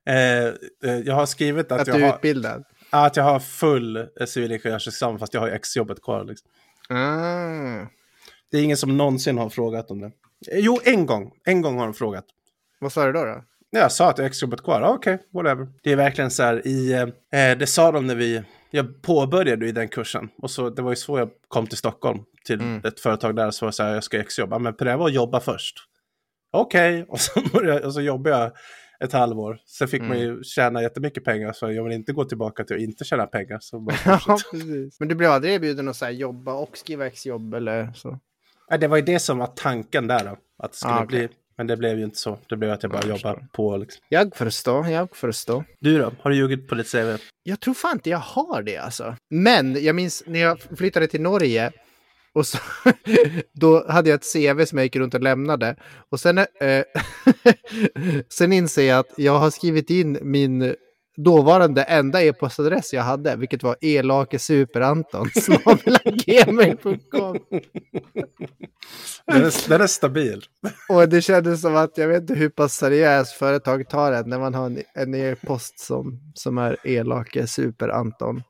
Speaker 1: eh, eh, jag har skrivit att,
Speaker 2: Att
Speaker 1: jag
Speaker 2: du är
Speaker 1: har,
Speaker 2: utbildad?
Speaker 1: att jag har full eh, civilingenjörsexamen fast jag har ju exjobbet kvar. Liksom.
Speaker 2: Ah,
Speaker 1: Det är ingen som någonsin har frågat om det. Eh, Jo, en gång. En gång har de frågat.
Speaker 2: vad sa du då? då?
Speaker 1: När jag sa att jag har exjobbet kvar, ah, okej, whatever. Det är verkligen så här i, eh, eh, det sa de när vi, jag påbörjade ju den kursen. Och så, det var ju så jag kom till Stockholm, till ett företag där, så var det så här, jag ska exjobba, men pröva att jobba först. Okej, och, så började jag- och så jobbade jag ett halvår. Sen fick man ju tjäna jättemycket pengar, så jag vill inte gå tillbaka till att inte tjäna pengar. Så bara,
Speaker 2: Ja, precis. Men du blev aldrig erbjuden att så här, jobba och skriva exjobb eller så?
Speaker 1: Nej, det var ju det som var tanken där då, att det skulle
Speaker 2: Ah, okej.
Speaker 1: bli, men det blev ju inte så. Det blev att jag bara jobbade på liksom.
Speaker 2: Jag förstår, jag förstår.
Speaker 1: Du då, har du ljugit på ditt CV?
Speaker 2: Jag tror fan inte jag har det alltså. Men jag minns när jag flyttade till Norge. Och så, då hade jag ett CV som jag gick runt och lämnade. Och sen, eh, sen inser jag att jag har skrivit in min dåvarande enda e-postadress jag hade, vilket var elakesuperanton. snabel-a-gmail.com.
Speaker 1: Den är, den är stabil.
Speaker 2: Och det kändes som att jag vet inte hur pass seriöst företag tar det när man har en, en e-post som, som är elake super-Anton.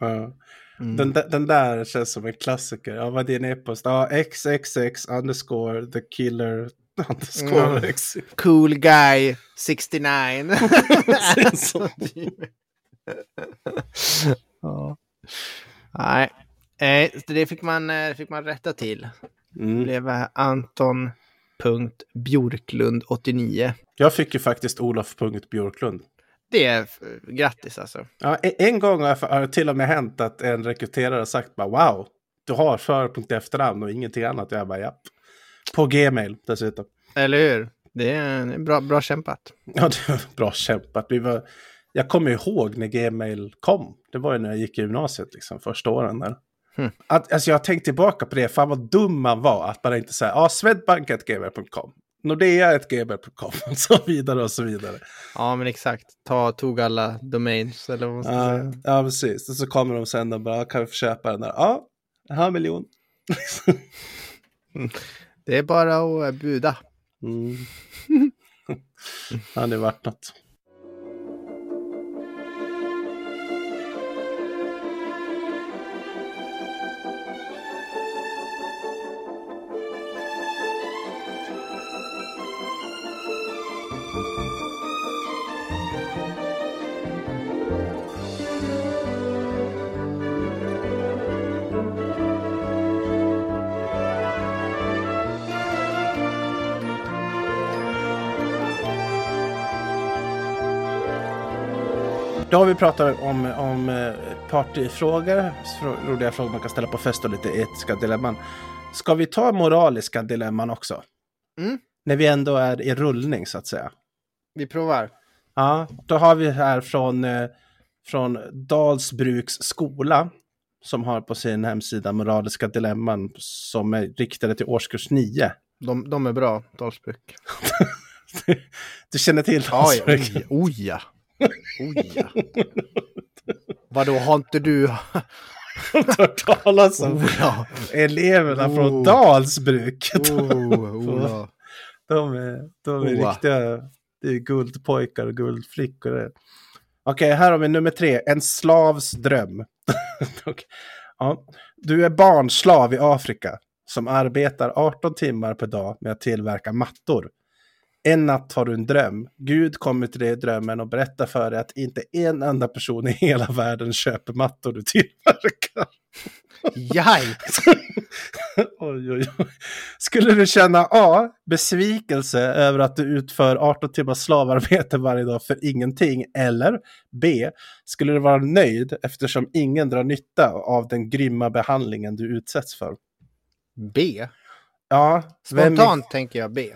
Speaker 1: Ja.
Speaker 2: Mm.
Speaker 1: Den, där- den där känns som en klassiker. Ja, vad är din e-post? Ja, xxx underscore the killer underscore
Speaker 2: Mm.
Speaker 1: x.
Speaker 2: Cool guy 69. ja. Nej, eh, så det fick man, eh, det fick man rätta till. Det
Speaker 1: Mm.
Speaker 2: blev eh, Anton.Björklund89.
Speaker 1: Jag fick ju faktiskt Olof.Björklund.
Speaker 2: Det är eh, grattis alltså.
Speaker 1: Ja, e- en gång har jag- har det till och med hänt att en rekryterare har sagt bara wow, du har för efternamn och ingenting annat. Och jag bara japp. På Gmail dessutom.
Speaker 2: Eller hur? Det är det är bra, bra kämpat.
Speaker 1: Ja, det var bra kämpat. Vi var, jag kommer ihåg när Gmail kom. Det var ju när jag gick i gymnasiet, liksom, första åren. Där.
Speaker 2: Hmm.
Speaker 1: Att, alltså, jag har tänkt tillbaka på det. Fan vad dum man var att man inte säger ja, swedbank.gmail.com, nordea.gmail.com och så vidare och så vidare.
Speaker 2: Ja, men exakt. Ta, tog alla domains eller vad man ska
Speaker 1: Ja,
Speaker 2: säga.
Speaker 1: ja, precis. Och så kommer de sen och bara, "Ja, kan vi få köpa den där? Ja, en halv miljon.
Speaker 2: Det är bara att eh, buda.
Speaker 1: Mm. ja, det vart något. Då har vi pratat om, om eh, partyfrågor, frå- roliga frågor man kan ställa på fest och lite etiska dilemman. Ska vi ta moraliska dilemman också?
Speaker 2: Mm.
Speaker 1: När vi ändå är i rullning så att säga.
Speaker 2: Vi provar.
Speaker 1: Ja, då har vi här från, eh, från Dalsbruks skola som har på sin hemsida moraliska dilemman som är riktade till årskurs 9.
Speaker 2: De, de är bra, Dalsbruk.
Speaker 1: du känner till Dalsbruk?
Speaker 2: oja. Oja. Vadå, har inte du...
Speaker 1: Har du hört talas om
Speaker 2: Ola.
Speaker 1: eleverna från
Speaker 2: Oh.
Speaker 1: Dalsbruk?
Speaker 2: Oh, Ola.
Speaker 1: De är, de är
Speaker 2: Oa.
Speaker 1: riktiga det är guldpojkar och guldflickor. det. Okej, här har vi nummer tre. En slavs dröm. Okej. ja. Du är barnslav i Afrika som arbetar 18 timmar per dag med att tillverka mattor. En natt har du en dröm. Gud kommer till dig i drömmen och berättar för dig att inte en enda person i hela världen köper mattor du tillverkar.
Speaker 2: Jaj!
Speaker 1: Oj, oj, oj. Skulle du känna A. Besvikelse över att du utför 18 timmars slavarbete varje dag för ingenting. Eller B. Skulle du vara nöjd eftersom ingen drar nytta av den grymma behandlingen du utsätts för?
Speaker 2: B.
Speaker 1: Ja, vem-
Speaker 2: Spontant tänker jag B.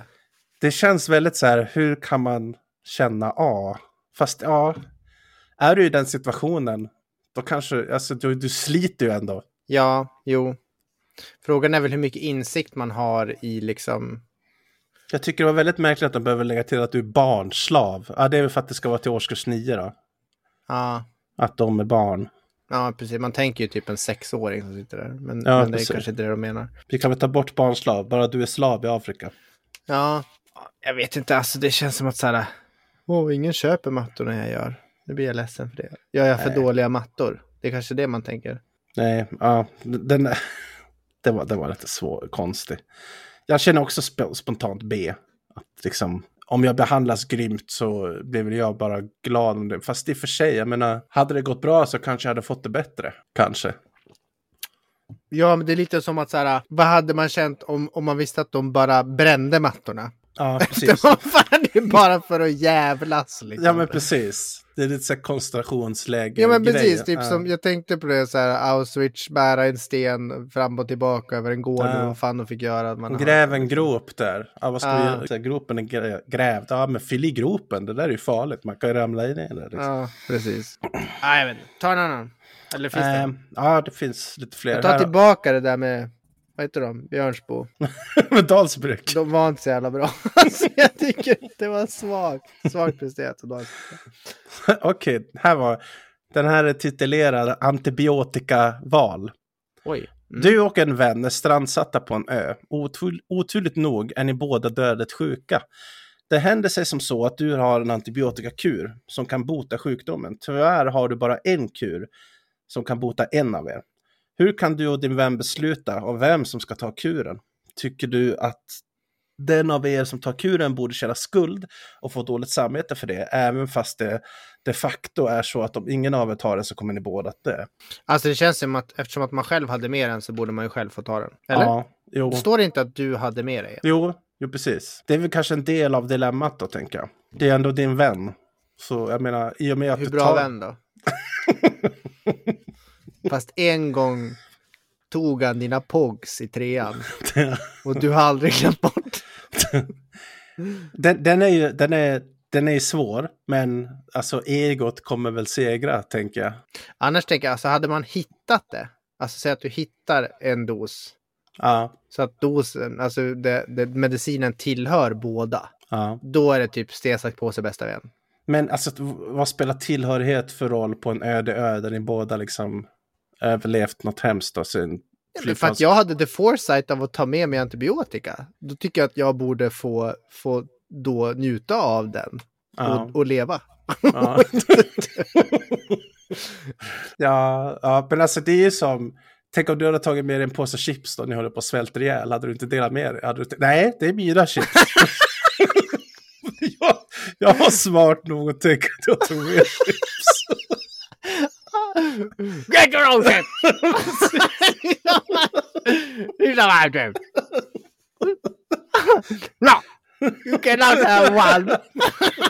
Speaker 1: det känns väldigt så här, hur kan man känna A? Fast ja, är du i den situationen, då kanske, alltså du, du sliter ju ändå.
Speaker 2: Ja, jo. Frågan är väl hur mycket insikt man har i liksom...
Speaker 1: Jag tycker det var väldigt märkligt att de behöver lägga till att du är barnslav. Ja, det är väl för att det ska vara till årskurs 9 då.
Speaker 2: Ja,
Speaker 1: Att de är barn.
Speaker 2: ja precis. Man tänker ju typ en sexåring som sitter där.
Speaker 1: Ja,
Speaker 2: Men, men det är
Speaker 1: precis.
Speaker 2: kanske inte det de menar.
Speaker 1: Vi kan väl ta bort barnslav, bara du är slav i Afrika.
Speaker 2: Ja, jag vet inte. Alltså det känns som att så här... Åh, ingen köper mattorna jag gör. Nu blir jag ledsen för det. Gör jag för
Speaker 1: Nej.
Speaker 2: dåliga mattor? Det är kanske det man tänker.
Speaker 1: Nej, ja, den, det, var, det var lite svår, konstig. Jag känner också sp- spontant B. Att liksom, om jag behandlas grymt så blir väl jag bara glad om det. Fast i och för sig, jag menar, hade det gått bra så kanske jag hade fått det bättre. Kanske.
Speaker 2: Ja, men det är lite som att så här, äh, vad hade man känt om, om man visste att de bara brände mattorna?
Speaker 1: Ja,
Speaker 2: Det
Speaker 1: precis.
Speaker 2: var fan det är bara för att jävlas liksom.
Speaker 1: Ja, men precis. Det är lite så här koncentrationsläge.
Speaker 2: Ja men precis,
Speaker 1: grejer.
Speaker 2: typ
Speaker 1: Ja.
Speaker 2: som jag tänkte på det så här Auschwitz, bära en sten fram och tillbaka över en gård
Speaker 1: Ja.
Speaker 2: och vad fan de fick göra. att Man har-
Speaker 1: Gräv en grop där. Ja, vad ska vi
Speaker 2: Ja.
Speaker 1: göra? Så här, Gropen är grä- grävd. Ja, men fyll i gropen. Det där är ju farligt. Man kan ju ramla in i det. Liksom.
Speaker 2: Ja, precis. Nej, men ta en annan. Eller finns det?
Speaker 1: Ehm, ja, det finns lite fler.
Speaker 2: Jag tar tillbaka det där med, vad heter de, Björnsbo.
Speaker 1: med Dalsbruk.
Speaker 2: De var inte så jävla bra. alltså, jag tycker det var svagt. Svagt presterat. av dem.
Speaker 1: Okej, här var... Den här är titulerad Antibiotikaval.
Speaker 2: Oj. Mm.
Speaker 1: Du och en vän är strandsatta på en ö. Otur, oturligt nog är ni båda dödligt sjuka. Det händer sig som så att du har en antibiotikakur som kan bota sjukdomen. Tyvärr har du bara en kur som kan bota en av er. Hur kan du och din vän besluta om vem som ska ta kuren? Tycker du att den av er som tar kuren borde känna skuld och få dåligt samvete för det, även fast det de facto är så att om ingen av er tar det så kommer ni båda att dö?
Speaker 2: Alltså det känns som att eftersom att man själv hade med den så borde man ju själv få ta den. Eller?
Speaker 1: Ja, jo.
Speaker 2: Står det inte att du hade med dig?
Speaker 1: Jo, jo, precis. Det är väl kanske en del av dilemmat då, tänker jag. Det är ändå din vän. Så jag menar, i och med att
Speaker 2: Hur
Speaker 1: du
Speaker 2: bra
Speaker 1: tar...
Speaker 2: vän då? Fast en gång tog han dina pogs i trean och du har aldrig glömt bort.
Speaker 1: den, den är ju den är, den är ju svår, men alltså egot kommer väl segra, tänker jag.
Speaker 2: Annars tänker jag, alltså hade man hittat det, alltså säg att du hittar en dos,
Speaker 1: Ja,
Speaker 2: så att dosen, alltså det, det, medicinen tillhör båda,
Speaker 1: ja.
Speaker 2: då är det typ sten, sax, påse, bästa vän.
Speaker 1: Men alltså, t- vad spelar tillhörighet för roll på en öde ö där ni båda liksom överlevt något hemskt då, sin
Speaker 2: För att jag hade the foresight av att ta med mig antibiotika, då tycker jag att jag borde få, få då njuta av den
Speaker 1: Ja,
Speaker 2: och, och leva.
Speaker 1: ja. ja, ja, men alltså det är ju som... Tänk om du hade tagit med dig en påse chips då, ni håller på att svälta ihjäl. Hade du inte delat med dig? Hade du tänkt, Nej, det är mina chips. jag, jag var smart nog att tänka att jag tog med chips.
Speaker 2: Get your own shit! He's alive, dude. No! You cannot have one.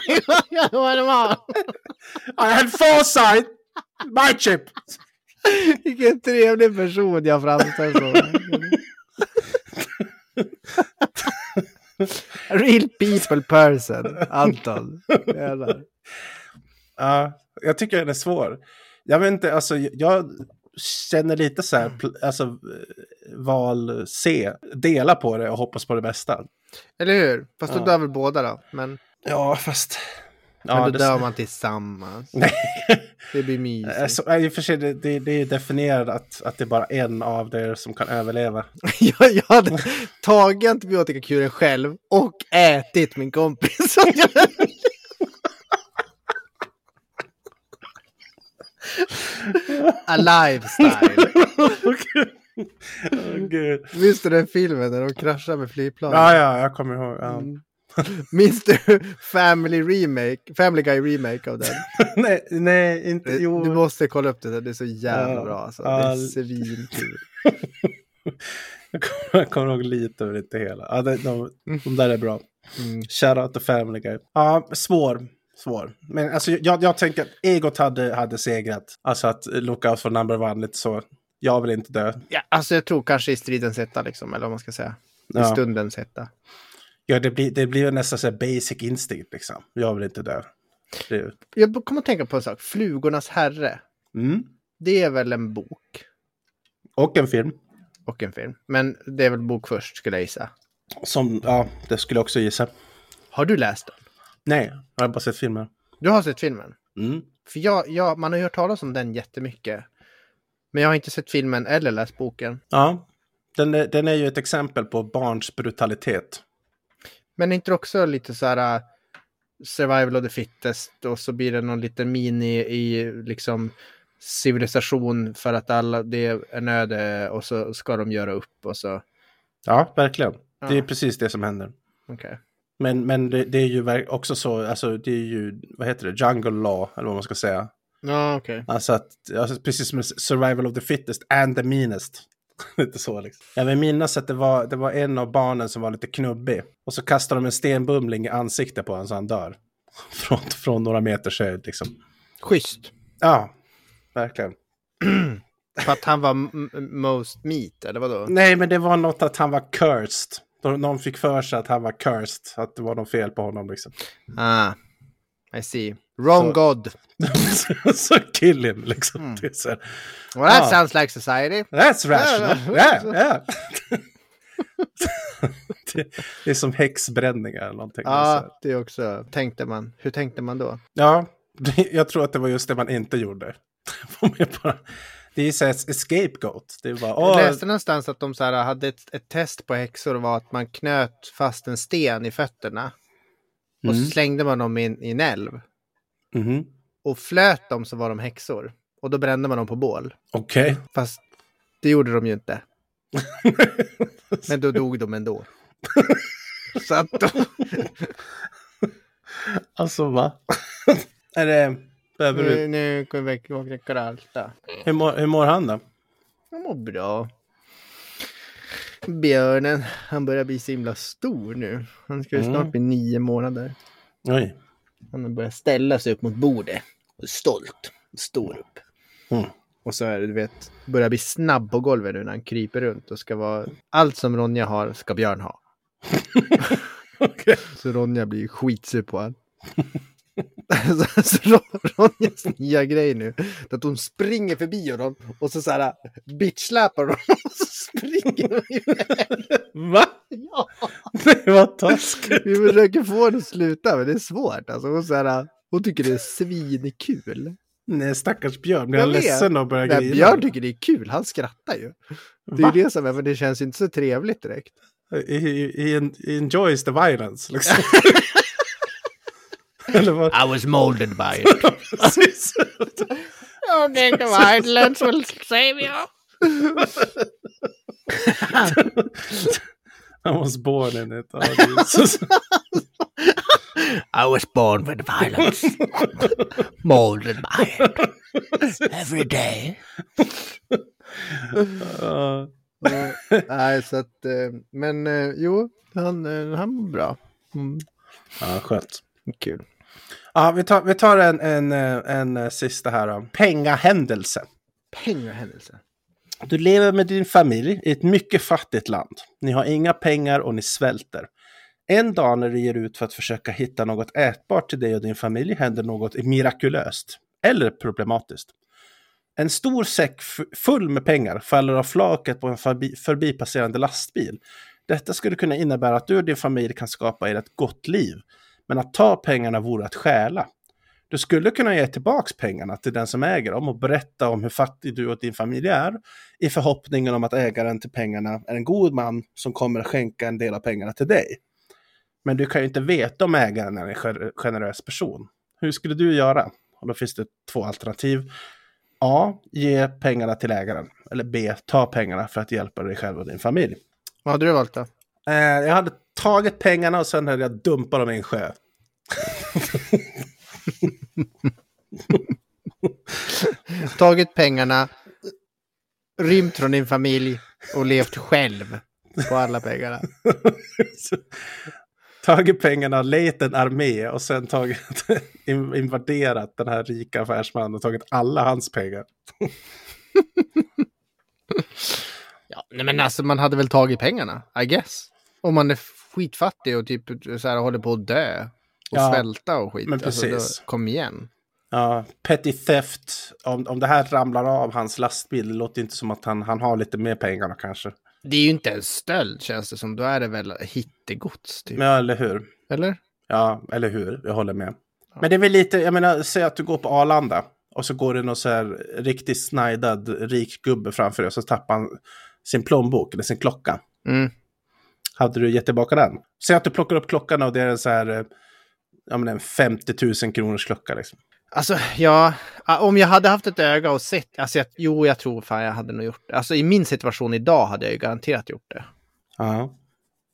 Speaker 2: you want them all.
Speaker 1: I had foresight! My chip!
Speaker 2: Vilken trevlig person jag framstår som. Real people person, Anton. Jävlar.
Speaker 1: Ja, jag tycker den är svår. Jag vet inte, alltså jag känner lite så här, pl- alltså eh, val C, dela på det och hoppas på det bästa.
Speaker 2: Eller hur? Fast då
Speaker 1: Ja.
Speaker 2: dör väl båda då. Men,
Speaker 1: Ja, fast...
Speaker 2: men
Speaker 1: Ja,
Speaker 2: då
Speaker 1: det,
Speaker 2: dör man tillsammans.
Speaker 1: Nej.
Speaker 2: Det blir mysigt.
Speaker 1: Alltså, nej, i och för sig, det, det, det är definierat att, att det är bara en av er som kan överleva.
Speaker 2: jag, jag hade tagit antibiotikakuren själv och ätit min kompis. A lifestyle.
Speaker 1: Åh, gud.
Speaker 2: Minns du den filmen när de kraschar med flygplan?
Speaker 1: Ja, ja, jag kommer ihåg. Ja.
Speaker 2: Mm. Minns du Family, remake, Family Guy remake av den?
Speaker 1: nej, nej, inte... Jo.
Speaker 2: Eh, Du måste kolla upp det, där, det är så jävla
Speaker 1: Ja.
Speaker 2: bra. Alltså. Det
Speaker 1: Ja.
Speaker 2: är svinkul.
Speaker 1: Jag kommer- Jag kommer ihåg lite, men inte hela. Ja, de, de, de där är bra.
Speaker 2: Mm.
Speaker 1: Shoutout to Family Guy. Ja, svår. Svår. Men alltså, jag, jag tänker att egot hade, hade segrat. Alltså att lookout for number one, lite så. Jag vill inte dö.
Speaker 2: Ja, alltså jag tror kanske i stridens hetta, liksom, eller vad man ska säga. I
Speaker 1: Ja.
Speaker 2: stundens hetta.
Speaker 1: Ja, det blir, det blir ju nästan så här basic instinct, liksom. Jag vill inte dö. Det, är ju-
Speaker 2: Jag kommer att tänka på en sak. Flugornas herre.
Speaker 1: mm.
Speaker 2: Det är väl en bok?
Speaker 1: Och en film.
Speaker 2: och en film. Men det är väl bok först skulle jag gissa.
Speaker 1: Som, ja, det skulle jag också gissa.
Speaker 2: Har du läst den?
Speaker 1: Nej, jag har bara sett filmer.
Speaker 2: Du har sett filmen?
Speaker 1: Mm.
Speaker 2: För jag, jag, man har ju hört talas om den jättemycket. Men jag har inte sett filmen eller läst boken.
Speaker 1: Ja, den är, den är ju ett exempel på barns brutalitet.
Speaker 2: Men är inte det också lite så här äh, survival of the fittest och så blir det någon liten mini i liksom civilisation för att alla, det är en öde och så ska de göra upp och så.
Speaker 1: Ja, verkligen. Det är
Speaker 2: Ja.
Speaker 1: precis det som händer.
Speaker 2: Okej.
Speaker 1: Men, men det, det är ju verk- också så, alltså det är ju, vad heter det, jungle law, eller vad man ska säga.
Speaker 2: Ja, okej.
Speaker 1: Alltså att, alltså, precis som survival of the fittest and the meanest. lite så liksom. Jag vill minnas att det var, det var en av barnen som var lite knubbig. Och så kastar de en stenbumling i ansiktet på honom så han dör. från, från några meters höjd liksom.
Speaker 2: Schysst.
Speaker 1: Ja, verkligen.
Speaker 2: För att han var m- m- most meat, eller vadå?
Speaker 1: Nej, men det var något att han var cursed. Då- Någon fick för sig att han var cursed, att det var något fel på honom liksom.
Speaker 2: Ah, I see. Wrong
Speaker 1: Så-
Speaker 2: god.
Speaker 1: så kill him liksom. Det är så här,
Speaker 2: Well, that
Speaker 1: Ah.
Speaker 2: sounds like society.
Speaker 1: That's rational.
Speaker 2: Ja,
Speaker 1: Yeah, yeah. det, det är som häxbränningar eller någonting.
Speaker 2: Ja,
Speaker 1: Alltså.
Speaker 2: det också. Tänkte man. Hur tänkte man då?
Speaker 1: Ja, det- jag tror att det var just det man inte gjorde. Var med på- det är ju såhär scapegoat. Det är bara,
Speaker 2: Jag
Speaker 1: åh,
Speaker 2: läste någonstans att de så här hade ett, ett test på häxor och var att man knöt fast en sten i fötterna. Och så
Speaker 1: Mm.
Speaker 2: slängde man dem i en- i en älv.
Speaker 1: mhm,
Speaker 2: Och flöt dem så var de häxor. Och då brände man dem på bål.
Speaker 1: okej.
Speaker 2: Fast det gjorde de ju inte. Men då dog de ändå. Så att de...
Speaker 1: Alltså va? är det, behöver du,
Speaker 2: Nu, nu kommer vi tillbaka till Kralta.
Speaker 1: hur, mår, hur mår han då?
Speaker 2: Han mår bra. Björnen, han börjar bli så himla stor nu. Han ska ju
Speaker 1: Mm.
Speaker 2: snart bli nio månader.
Speaker 1: Oj.
Speaker 2: Han börjar ställa sig upp mot bordet. Och är stolt. och Står upp.
Speaker 1: Mm.
Speaker 2: Och så är det, du vet, börjar bli snabb på golvet nu när han kryper runt och ska vara... Allt som Ronja har ska Björn ha.
Speaker 1: Okej.
Speaker 2: Så Ronja blir skitsur på honom. så, så Ron- Ronjas nya grej nu, det är att hon springer förbi honom och så så här bitchsläpar honom och så springer hon iväg.
Speaker 1: Va?
Speaker 2: Ja.
Speaker 1: Nej, vad taskigt.
Speaker 2: Vi försöker få henne att sluta men det är svårt. Alltså, hon, så här, hon tycker det är svinkul.
Speaker 1: Nej, stackars Björn. Blir han
Speaker 2: Jag vet.
Speaker 1: ledsen och börjar
Speaker 2: Nej,
Speaker 1: grina?
Speaker 2: Björn tycker det är kul, han skrattar ju. Det
Speaker 1: Va?
Speaker 2: är ju det som är, men det känns ju inte så trevligt direkt.
Speaker 1: He, he, he enjoys the violence, liksom. Eller vad?
Speaker 2: I was molded by it.
Speaker 1: Precis.
Speaker 4: Oh, Nick of Ireland will save you.
Speaker 1: I was born in it. Ja, det är så-
Speaker 2: I was born with violence. molded by it. Every day.
Speaker 1: Ja.
Speaker 2: Nej, så att, eh, men eh, jo, han, eh, han mår bra. Mm.
Speaker 1: Ja, skönt.
Speaker 2: Kul.
Speaker 1: Ja, vi tar, vi tar en, en, eh, en eh, sista här. då. Pengahändelse.
Speaker 2: Pengahändelse.
Speaker 1: Du lever med din familj i ett mycket fattigt land. Ni har inga pengar och ni svälter. En dag när du ger ut för att försöka hitta något ätbart till dig och din familj händer något mirakulöst eller problematiskt. En stor säck f- full med pengar faller av flaket på en förbi- förbipasserande lastbil. Detta skulle kunna innebära att du och din familj kan skapa er ett gott liv, men att ta pengarna vore att stjäla. Du skulle kunna ge tillbaks pengarna till den som äger dem och berätta om hur fattig du och din familj är i förhoppningen om att ägaren till pengarna är en god man som kommer att skänka en del av pengarna till dig. Men du kan ju inte veta om ägaren är en ger- generös person. Hur skulle du göra? Och då finns det två alternativ. A. Ge pengarna till ägaren. Eller B. Ta pengarna för att hjälpa dig själv och din familj.
Speaker 2: Vad hade du valt då?
Speaker 1: Eh, jag hade tagit pengarna och sen hade jag dumpat dem i en sjö.
Speaker 2: Tagit pengarna, rymt från din familj och levt själv på alla pengarna.
Speaker 1: tagit pengarna, lejt en armé och sen tagit, in- invaderat den här rika affärsmannen och tagit alla hans pengar.
Speaker 2: Ja, nej, men alltså man hade väl tagit pengarna, I guess. Om man är skitfattig och typ så här, håller på att dö och
Speaker 1: Ja,
Speaker 2: svälta och skit.
Speaker 1: men
Speaker 2: Alltså, då,
Speaker 1: precis.
Speaker 2: kom igen.
Speaker 1: Ja, petty theft. Om, om det här ramlar av hans lastbil, det låter ju inte som att han, han har lite mer pengarna kanske.
Speaker 2: Det är ju inte en stöld känns det som. Då är det väl hittegods typ.
Speaker 1: Ja, eller hur?
Speaker 2: Eller?
Speaker 1: Ja, eller hur? Jag håller med. Men det är väl lite, jag menar, säg att du går på Arlanda och så går det någon så här riktigt snajdad rik gubbe framför dig och så tappar han sin plånbok eller sin klocka.
Speaker 2: Mm.
Speaker 1: Hade du gett tillbaka den? Säg att du plockar upp klockan och det är en så här, eh, ja men en 50 000 kronors klocka liksom.
Speaker 2: Alltså, ja, ah, om jag hade haft ett öga och sett, alltså jag, jo, jag tror fan jag hade nog gjort det. Alltså i min situation idag hade jag ju garanterat gjort det.
Speaker 1: Ja.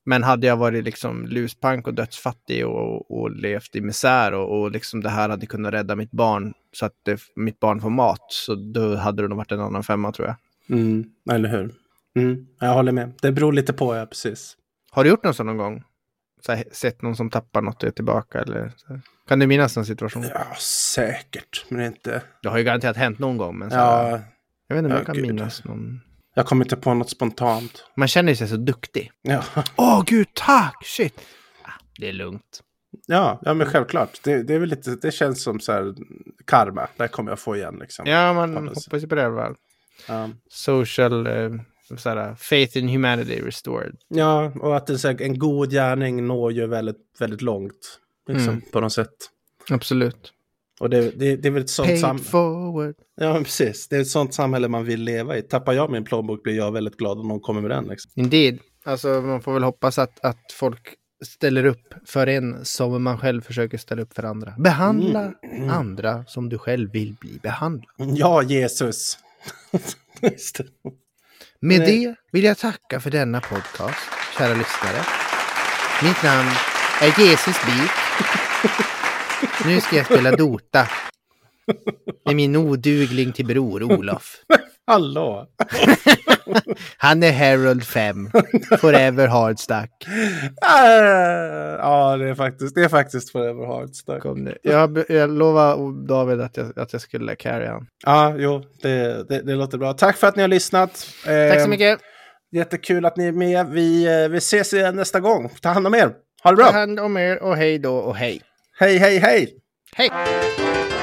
Speaker 2: Men hade jag varit liksom luspank och dödsfattig och, och levt i misär och, och liksom det här hade kunnat rädda mitt barn så att det, mitt barn får mat, så då hade det nog varit en annan femma tror jag.
Speaker 1: Mm, eller hur? Mm, jag håller med. Det beror lite på, ja precis.
Speaker 2: Har du gjort något sånt någon gång? Så här, sett någon som tappar något och är tillbaka eller? Så här? Kan du minnas någon situation?
Speaker 1: Ja, säkert, men det är inte...
Speaker 2: Det har ju garanterat hänt någon gång, men så här,
Speaker 1: Ja,
Speaker 2: jag vet inte om jag
Speaker 1: ja,
Speaker 2: kan
Speaker 1: gud. alltså.
Speaker 2: minnas någon.
Speaker 1: jag kommer inte på något spontant.
Speaker 2: Man känner ju sig så duktig.
Speaker 1: Ja,
Speaker 2: Åh gud, tack! Shit! Ah, Det är lugnt.
Speaker 1: ja, ja men självklart. Det, det, är väl lite, det känns som så här karma. Det här kommer jag få igen liksom.
Speaker 2: Ja, man
Speaker 1: Hoppas.
Speaker 2: hoppas ju på det i alla fall.
Speaker 1: Ja.
Speaker 2: Social, eh, så här, faith in humanity restored.
Speaker 1: Ja, och att det är så här, en god gärning når ju väldigt, väldigt långt. Liksom, På något sätt.
Speaker 2: Absolut.
Speaker 1: Och det, det, det är väl ett sånt
Speaker 2: Paid
Speaker 1: samhälle.
Speaker 2: forward.
Speaker 1: Ja, men precis. Det är ett sånt samhälle man vill leva i. Tappar jag min plånbok blir jag väldigt glad om någon kommer med den. Liksom.
Speaker 2: Indeed. Alltså, man får väl hoppas att, att folk ställer upp för en som man själv försöker ställa upp för andra. Behandla andra som du själv vill bli behandlad.
Speaker 1: Ja, Jesus! Just det.
Speaker 2: Med
Speaker 1: Nej.
Speaker 2: det vill jag tacka för denna podcast, kära lyssnare. Mitt namn är Jesus Beat. Nu ska jag spela Dota. Med min odugling till bror Olof.
Speaker 1: Hallå!
Speaker 2: Han är Herald 5. Forever Hardstack.
Speaker 1: Äh, ja, det är faktiskt, det är faktiskt forever hardstack.
Speaker 2: Kom nu. Jag, jag lovade David att jag, att jag skulle carry han.
Speaker 1: Ja, jo, det, det, det låter bra. Tack för att ni har lyssnat.
Speaker 2: Tack så
Speaker 1: Ehm,
Speaker 2: mycket.
Speaker 1: Jättekul att ni är med. Vi, eh, vi ses igen nästa gång. Ta hand om er. Ha det bra.
Speaker 2: Ta hand om er och hej då och hej.
Speaker 1: Hej, hej, hej!
Speaker 2: Hej!